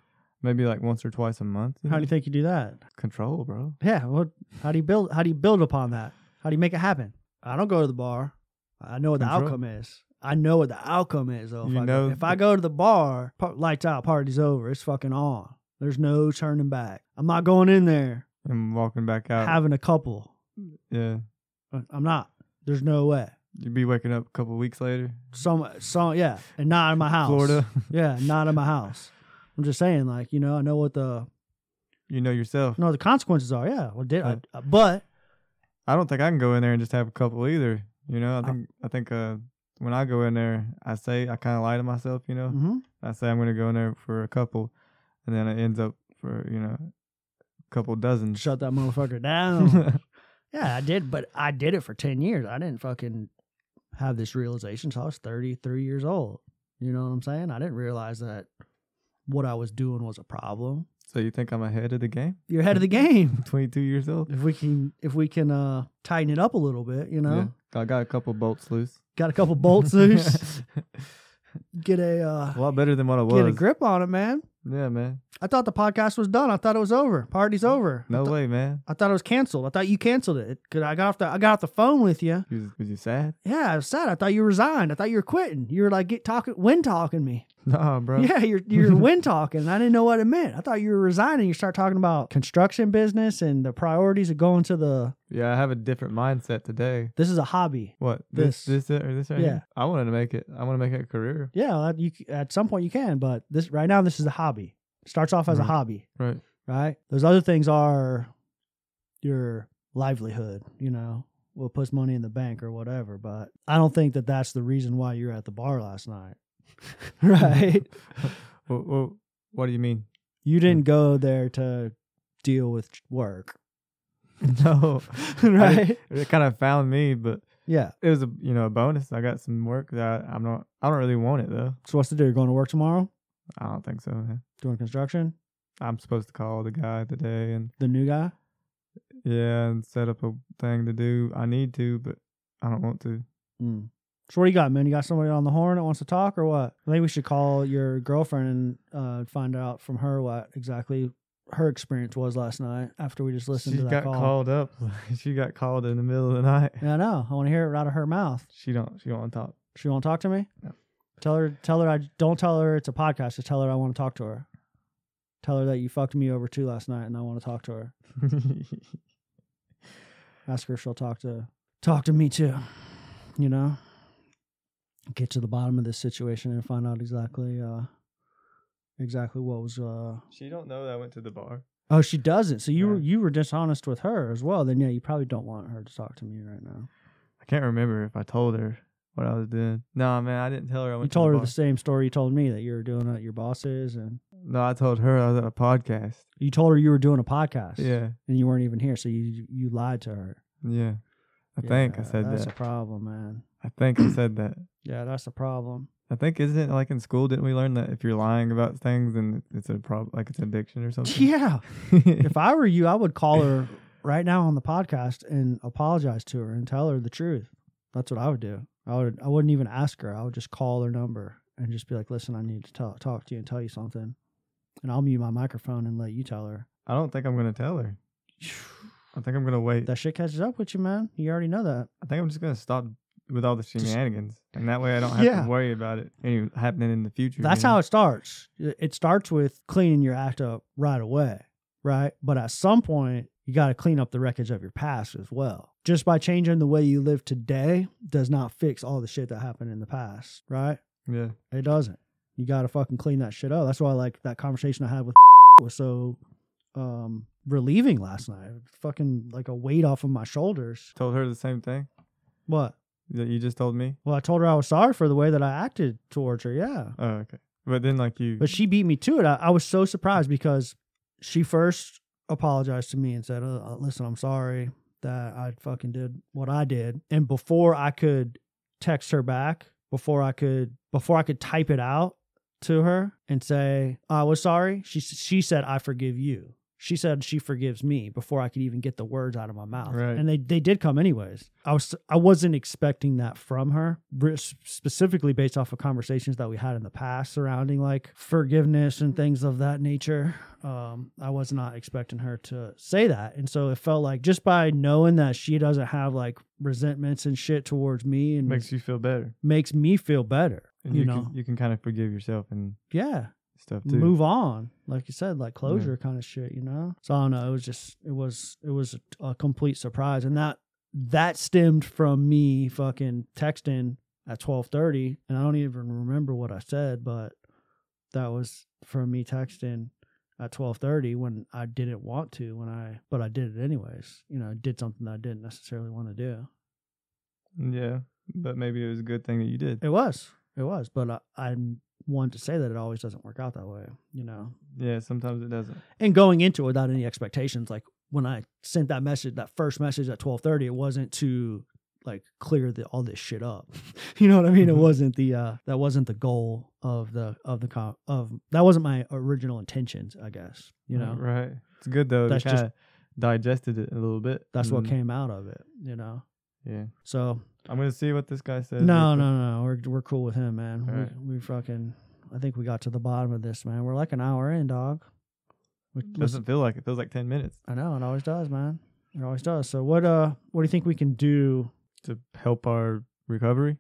Speaker 2: Maybe like once or twice a month.
Speaker 1: How do you
Speaker 2: know?
Speaker 1: think you do that?
Speaker 2: Control, bro.
Speaker 1: Yeah. What? How do you build? How do you build upon that? How do you make it happen? I don't go to the bar. I know what the
Speaker 2: Control.
Speaker 1: outcome is. I know what the outcome is. Though, if,
Speaker 2: You
Speaker 1: I,
Speaker 2: know
Speaker 1: go, if I
Speaker 2: the-
Speaker 1: go to the bar, par- lights out, party's over. It's fucking on. There's no turning back. I'm not going in there
Speaker 2: And walking back out.
Speaker 1: having a couple.
Speaker 2: yeah,
Speaker 1: I- I'm not. There's no way.
Speaker 2: you'd be waking up a couple weeks later,
Speaker 1: Some, some, yeah, and not in my house.
Speaker 2: Florida.
Speaker 1: Yeah, not in my house. I'm just saying, like you know, I know what the
Speaker 2: you know yourself.
Speaker 1: I know what the consequences are. Yeah, well, did I,
Speaker 2: Right.
Speaker 1: I- But
Speaker 2: I don't think I can go in there and just have a couple either. You know, I think I think uh, when I go in there, I say I kind of lie to myself. You know,
Speaker 1: mhm.
Speaker 2: I say I'm gonna go in there for a couple, and then it ends up for you know, a couple dozen.
Speaker 1: shut that motherfucker down. Yeah, I did, but I did it for 10 years. I didn't fucking have this realization until I was 33 years old. You know what I'm saying? I didn't realize that what I was doing was a problem.
Speaker 2: so you think I'm ahead of the game?
Speaker 1: You're ahead of the game.
Speaker 2: 22 years old.
Speaker 1: If we can if we can uh tighten it up a little bit, you know.
Speaker 2: Yeah. I got a couple bolts loose.
Speaker 1: Got a couple bolts loose, get a uh
Speaker 2: a lot better than what I was.
Speaker 1: get a grip on it, man.
Speaker 2: Yeah, man.
Speaker 1: I thought the podcast was done. I thought it was over. Party's over.
Speaker 2: No
Speaker 1: I, thought-
Speaker 2: way, man.
Speaker 1: I thought it was canceled. I thought you canceled it. Cause I got off the I got off the phone with you.
Speaker 2: You Was, was you sad?
Speaker 1: Yeah, I was sad. I thought you resigned. I thought you were quitting. You were like get talking wind talking me.
Speaker 2: Nah, bro.
Speaker 1: Yeah, you're you're wind talking. and I didn't know what it meant. I thought you were resigning. You start talking about construction business and the priorities of going to the
Speaker 2: Yeah, I have a different mindset today.
Speaker 1: this is a hobby.
Speaker 2: What? This,
Speaker 1: This.
Speaker 2: this, or this right
Speaker 1: Yeah.
Speaker 2: here? I wanted to make it. I want to make it a career.
Speaker 1: Yeah, that you c- at some point you can, but this right now this is a hobby. Starts off as a
Speaker 2: Right.
Speaker 1: hobby,
Speaker 2: Right.
Speaker 1: right? Those other things are your livelihood, you know, what puts money in the bank or whatever, but I don't think that that's the reason why you were at the bar last night. right?
Speaker 2: Well, well, what do you mean?
Speaker 1: You didn't go there to deal with work,
Speaker 2: no.
Speaker 1: right?
Speaker 2: It kind of found me, but
Speaker 1: yeah.
Speaker 2: it was a you know a bonus. I got some work that I'm not. I don't really want it though.
Speaker 1: So what's to do? You're going to work tomorrow?
Speaker 2: I don't think so. Man.
Speaker 1: Doing construction?
Speaker 2: I'm supposed to call the guy today and
Speaker 1: The new guy?
Speaker 2: yeah, and set up a thing to do. I need to, but I don't want to.
Speaker 1: Mm. So what do you got, man? You got somebody on the horn that wants to talk or what? I think we should call your girlfriend and uh, find out from her what exactly her experience was last night after we just listened
Speaker 2: she
Speaker 1: to that
Speaker 2: got
Speaker 1: call.
Speaker 2: called up. she got called in the middle of the night.
Speaker 1: Yeah, I know. I want to hear it right out of her mouth.
Speaker 2: She don't. She don't want to talk.
Speaker 1: She won't talk to me?
Speaker 2: No.
Speaker 1: Tell her tell her I don't tell her it's a podcast, just tell her I want to talk to her. Tell her that you fucked me over too last night and I want to talk to her. ask her if she'll talk to talk to me too you know get to the bottom of this situation and find out exactly uh exactly what was uh
Speaker 2: she don't know that I went to the bar.
Speaker 1: oh she doesn't so you were
Speaker 2: Yeah.
Speaker 1: you were dishonest with her as well then yeah you probably don't want her to talk to me right now
Speaker 2: I can't remember if I told her what I was doing. No, man, I didn't tell her. I
Speaker 1: you
Speaker 2: went.
Speaker 1: told her
Speaker 2: to the
Speaker 1: the same story you told me that you were doing it at your boss's and
Speaker 2: bar. No, I told her I was at a podcast.
Speaker 1: you told her you were doing a podcast
Speaker 2: Yeah,
Speaker 1: and you weren't even here so you you lied to her
Speaker 2: yeah. I think I
Speaker 1: Yeah,
Speaker 2: said
Speaker 1: that's
Speaker 2: that.
Speaker 1: a problem man
Speaker 2: I think I said that.
Speaker 1: yeah that's a problem
Speaker 2: I think isn't it like in school? Didn't we learn that if you're lying about things and it's a problem, like it's addiction or something?
Speaker 1: yeah if I were you, I would call her right now on the podcast and apologize to her and tell her the truth. That's what I would do. I would I wouldn't even ask her. I would just call her number and just be like, "Listen, I need to talk talk to you and tell you something." And I'll mute my microphone and let you tell her.
Speaker 2: I don't think I'm gonna tell her. I think I'm gonna wait.
Speaker 1: That shit catches up with you, man. You already know that.
Speaker 2: I think I'm just gonna stop with all the
Speaker 1: Just-
Speaker 2: shenanigans, and that way I don't have
Speaker 1: Yeah.
Speaker 2: to worry about it any happening in the future.
Speaker 1: That's
Speaker 2: you know?
Speaker 1: how it starts. It starts with cleaning your act up right away, right? But at some point, you got to clean up the wreckage of your past as well. Just by changing the way you live today does not fix all the shit that happened in the past, right?
Speaker 2: Yeah,
Speaker 1: It doesn't. You got to fucking clean that shit up. That's why like that conversation I had with was so um relieving last night. Fucking like a weight off of my shoulders.
Speaker 2: told her the same thing
Speaker 1: What?
Speaker 2: that you just told me.
Speaker 1: Well, I told her I was sorry for the way that I acted towards her. Yeah.
Speaker 2: Oh, okay. But then like you,
Speaker 1: But she beat me to it. I, I was so surprised because she first apologized to me and said, "Uh, uh, "Listen, I'm sorry that I fucking did what I did." And before I could text her back, before I could before I could type it out to her and say, "I was sorry," she s- she said, "I forgive you." She said she forgives me before I could even get the words out of my mouth,
Speaker 2: Right.
Speaker 1: and they they did come anyways. I was I wasn't expecting that from her, re- specifically based off of conversations that we had in the past surrounding like forgiveness and things of that nature. Um, I was not expecting her to say that, and so it felt like just by knowing that she doesn't have like resentments and shit towards me, and
Speaker 2: makes you feel better,
Speaker 1: makes me feel better.
Speaker 2: and
Speaker 1: you,
Speaker 2: you,
Speaker 1: know,
Speaker 2: can you can kind of forgive yourself and
Speaker 1: yeah,
Speaker 2: stuff too.
Speaker 1: move on, like you said, like closure kind of shit. You know, so I don't know. It was just, it was, it was a, a complete surprise, and that that stemmed from me fucking texting at twelve thirty, and I don't even remember what I said, but that was from me texting at 12:30 when I didn't want to when I but I did it anyways you know I did something that I didn't necessarily want to do
Speaker 2: Yeah, but maybe it was a good thing that you did.
Speaker 1: It was. It was. But I, I wanted to say that it always doesn't work out that way, you know.
Speaker 2: Yeah, sometimes it doesn't.
Speaker 1: And going into it without any expectations, like when I sent that message, that first message at twelve thirty, it wasn't to like clear the, all this shit up. you know what I mean? It
Speaker 2: Mhm.
Speaker 1: wasn't the uh that wasn't the goal of the of the com- of that wasn't my original intentions, I guess. You know.
Speaker 2: right? It's good though.
Speaker 1: That's
Speaker 2: That's
Speaker 1: just-
Speaker 2: just digested it a little bit.
Speaker 1: That's what
Speaker 2: and-
Speaker 1: came out of it, you know.
Speaker 2: Yeah,
Speaker 1: So
Speaker 2: I'm gonna see what this guy says.
Speaker 1: No,
Speaker 2: real quick.
Speaker 1: no, no. We're we're cool with him, man.
Speaker 2: All
Speaker 1: we,
Speaker 2: right.
Speaker 1: we fucking. I think we got to the bottom of this, man. We're like an hour in, dog. We, listen,
Speaker 2: Doesn't feel like it. Feels like ten minutes
Speaker 1: I know it always does, man. It always does. So what? Uh, what do you think we can do?
Speaker 2: to help our recovery.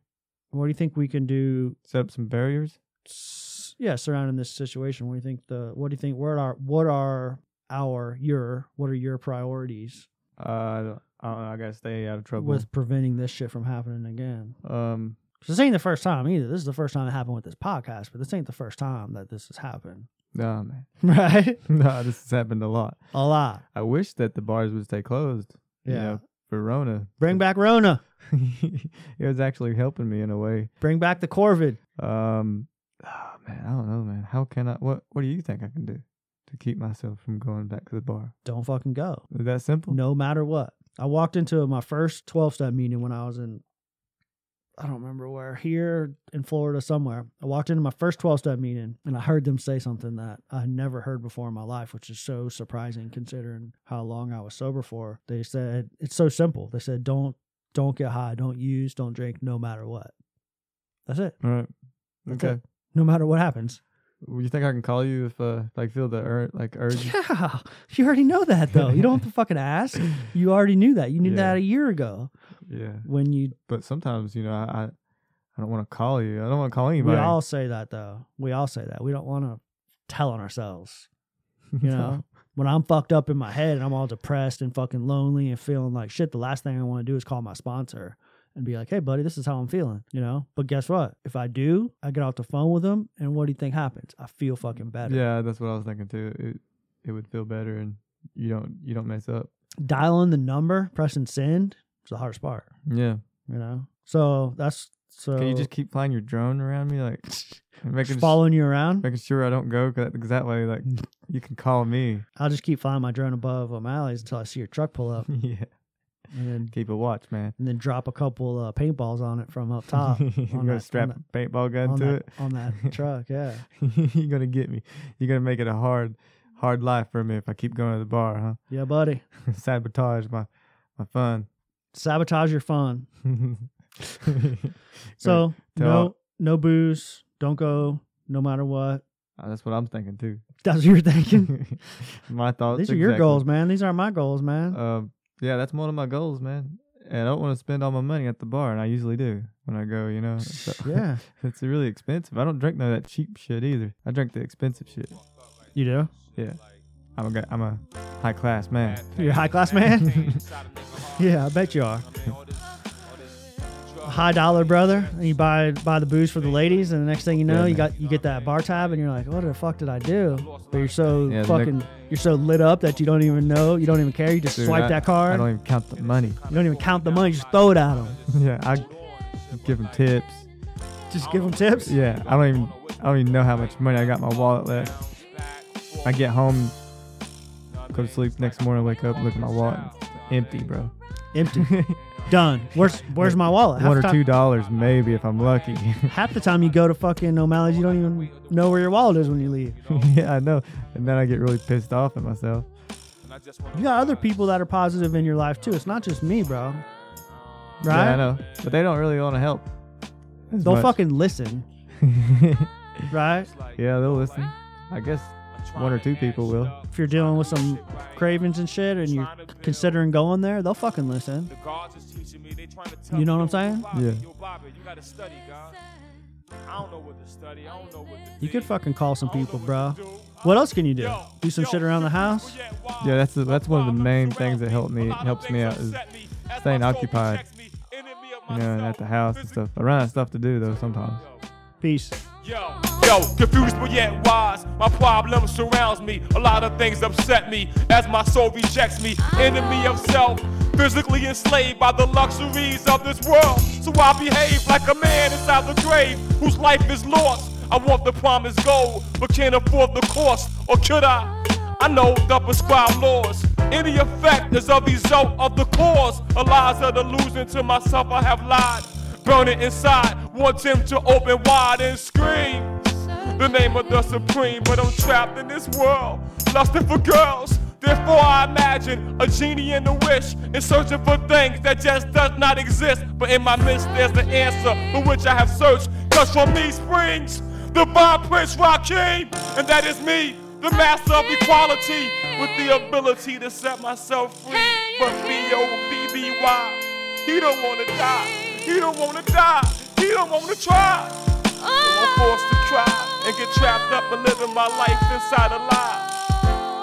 Speaker 1: What do you think we can do?
Speaker 2: Set up some barriers.
Speaker 1: s- Yeah, surrounding this situation. What do you think? The what do you think? What are what are our your what are your priorities
Speaker 2: Uh, I don't, I don't know. I gotta stay out of trouble.
Speaker 1: with preventing this shit from happening again?
Speaker 2: um,
Speaker 1: 'Cause this ain't the first time either. This is the first time it happened with this podcast, but this ain't the first time that this has happened,
Speaker 2: nah, man.
Speaker 1: right?
Speaker 2: nah, this has happened a lot.
Speaker 1: A lot.
Speaker 2: I wish that the bars would stay closed. you
Speaker 1: Yeah.
Speaker 2: know, for Rona.
Speaker 1: Bring back Rona.
Speaker 2: it was actually helping me in a way.
Speaker 1: Bring back the Corvid.
Speaker 2: Um, oh, man, I don't know, man. How can I? What What do you think I can do to keep myself from going back to the bar?
Speaker 1: Don't fucking go.
Speaker 2: Is that simple?
Speaker 1: No matter what. I walked into my first 12 step meeting when I was in, I don't remember where, here in Florida somewhere. I walked into my first 12 step meeting and I heard them say something that I had never heard before in my life, which is so surprising considering how long I was sober for. They said, it's so simple. They said, don't, don't get high, don't use, don't drink, no matter what. That's it.
Speaker 2: All right.
Speaker 1: That's
Speaker 2: Okay.
Speaker 1: it. No matter what happens.
Speaker 2: Well, You think I can call you if uh, like feel the ur- like urge?
Speaker 1: Yeah. You already know that though. You don't have to fucking ask. You already knew that. You knew
Speaker 2: Yeah.
Speaker 1: that a year ago
Speaker 2: yeah.
Speaker 1: when you.
Speaker 2: But sometimes you know I I, I don't want to call you. I don't want to call
Speaker 1: We
Speaker 2: anybody.
Speaker 1: all say that though. We all say that. We don't want to tell on ourselves. You know, when I'm fucked up in my head and I'm all depressed and fucking lonely and feeling like shit, the last thing I want to do is call my sponsor and be like, "Hey, buddy, this is how I'm feeling." You know. But guess what? If I do, I get off the phone with them, and what do you think happens? I feel fucking better.
Speaker 2: Yeah, that's what I was thinking too. It it would feel better, and you don't you don't mess up.
Speaker 1: Dialing the number, pressing send, is the hardest part.
Speaker 2: Yeah.
Speaker 1: You know. So that's so.
Speaker 2: Can you just keep flying your drone around me, like and making
Speaker 1: just
Speaker 2: s-
Speaker 1: following you around.
Speaker 2: making sure I don't go? Cause that, 'cause that way, like you can call me.
Speaker 1: I'll just keep flying my drone above O'Malley's until I see your truck pull up,
Speaker 2: yeah.
Speaker 1: and then
Speaker 2: Keep a watch, man.
Speaker 1: and then drop a couple uh, paintballs on it from up top
Speaker 2: You're
Speaker 1: on
Speaker 2: gonna
Speaker 1: that-
Speaker 2: strap
Speaker 1: on
Speaker 2: a paintball gun
Speaker 1: on
Speaker 2: to
Speaker 1: that, on that truck. Yeah,
Speaker 2: it. You're gonna get me. You're gonna make it a hard hard life for me if I keep going to the bar,
Speaker 1: Yeah, buddy.
Speaker 2: huh? Sabotage my my fun.
Speaker 1: Sabotage your fun. So
Speaker 2: tell-
Speaker 1: no, no booze. Don't go, no matter what.
Speaker 2: Uh, that's what I'm thinking too.
Speaker 1: That's what you're thinking.
Speaker 2: my thoughts.
Speaker 1: These are your
Speaker 2: exactly.
Speaker 1: goals, man. These aren't my goals, man.
Speaker 2: Um, yeah, that's one of my goals, man. And I don't want to spend all my money at the bar, and I usually do when I go. You know, so,
Speaker 1: yeah,
Speaker 2: it's really expensive. I don't drink none of that cheap shit either. I drink the expensive shit.
Speaker 1: you do.
Speaker 2: Yeah, I'm a guy- I'm a high class man.
Speaker 1: You're a high class man. yeah, I bet you are. High dollar brother, and you buy buy the booze for the ladies, and the next thing you know,
Speaker 2: Yeah,
Speaker 1: you
Speaker 2: man.
Speaker 1: got you get that bar tab, and you're like, "What the fuck did I do?" But you're so
Speaker 2: Yeah, the
Speaker 1: fucking, you're so lit up that you don't even know, you don't even care. You just
Speaker 2: Dude,
Speaker 1: swipe
Speaker 2: I-
Speaker 1: that card.
Speaker 2: I don't even count the money.
Speaker 1: you don't even count the money, you just throw it at them.
Speaker 2: yeah, I give them tips.
Speaker 1: Just give them tips.
Speaker 2: Yeah, I don't even I don't even know how much money I got in my wallet left. I get home, go to sleep. Next morning, I wake up, look at my wallet, it's empty, bro.
Speaker 1: Empty. Done. Where's where's my wallet? Half
Speaker 2: One or
Speaker 1: the
Speaker 2: two
Speaker 1: time-
Speaker 2: dollars, maybe, if I'm lucky.
Speaker 1: Half the time you go to fucking O'Malley's, you don't even know where your wallet is when you leave.
Speaker 2: yeah, I know. And then I get really pissed off at myself.
Speaker 1: You got other people that are positive in your life too. It's not just me, bro. Right?
Speaker 2: Yeah, I know. But they don't really want to help. as
Speaker 1: They'll
Speaker 2: much.
Speaker 1: fucking listen, right?
Speaker 2: yeah, they'll listen. I guess one or two people will.
Speaker 1: If you're dealing with some cravings and shit and you're considering going there, they'll fucking listen.
Speaker 6: You know what I'm saying?
Speaker 2: Yeah.
Speaker 1: You could fucking call some people, bro. What else can you do? Do some shit around the house?
Speaker 6: Yeah, that's the, that's one of the main things that helped me helps me out is staying occupied.
Speaker 2: You know, and at the house and stuff. I run out of stuff to do though sometimes.
Speaker 1: Peace.
Speaker 6: Yo, yo, confused but yet wise. My problem surrounds me. A lot of things upset me as my soul rejects me. Enemy of self, physically enslaved by the luxuries of this world. So I behave like a man inside the grave whose life is lost. I want the promised gold, but can't afford the cost. Or could I? I know the prescribed laws. Any effect is a result of the cause. A lies of delusion to myself I have lied. Burning inside, want him to open wide and scream. The name of the supreme, but I'm trapped in this world, lusting for girls. Therefore, I imagine a genie in a wish and searching for things that just does not exist. But in my midst, there's the answer for which I have searched. Cause from me springs divine Prince Rakim, and that is me, the master of equality, with the ability to set myself free. But B O B B Y, he don't wanna die, he don't wanna die, he don't wanna try. So I'm forced to try and get trapped up and living my life inside a lie.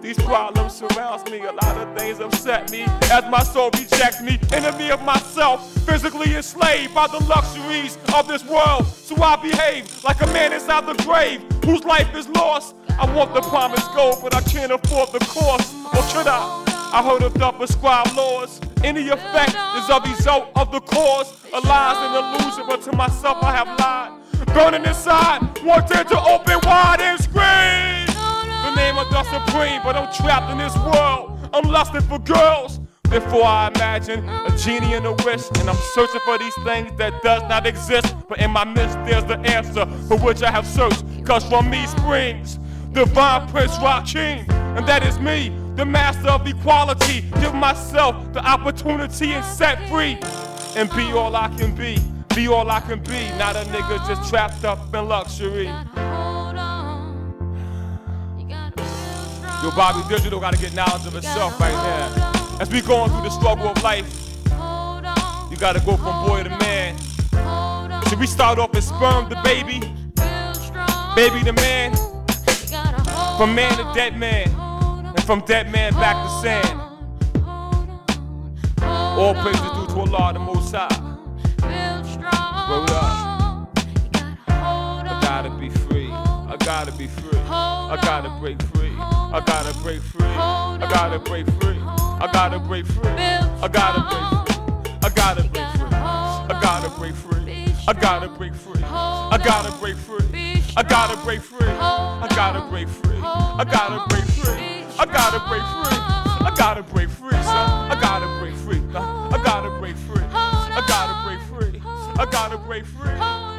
Speaker 6: These problems surrounds me, a lot of things upset me as my soul rejects me. Enemy of myself, physically enslaved by the luxuries of this world. So I behave like a man inside the grave whose life is lost. I want the promised gold, but I can't afford the cost. Or should I? I heard of the prescribed laws. Any effect is a result of the cause. A lie's an illusion, but to myself I have lied. Burning inside, wanted to open wide and scream. The name of the supreme, but I'm trapped in this world. I'm lusting for girls. Therefore, I imagine a genie in a wish, and I'm searching for these things that does not exist. But in my midst, there's the answer for which I have searched. Cause from me springs divine Prince Rakim, and that is me, the master of equality. Give myself the opportunity and set free, and be all I can be. Be all I can be, not a nigga just trapped up in luxury. Yo, Bobby Digital gotta get knowledge of itself right now. As we going through the struggle of life, you gotta go from boy to man. Should we start off as sperm to baby, baby to man, from man to dead man, and from dead man back to sand? All praises due to Allah the Most High. uh, Word up. I gotta be free. I gotta be free. I gotta break free. I gotta break free. I gotta break free. I gotta break free. I gotta break free. I gotta break free. I gotta break free. I gotta break free. I gotta break free. I gotta break free. I gotta break free. I gotta break free. I gotta break free. I gotta break free. son. I gotta break free. I gotta break free. I gotta break free. I gotta break free. I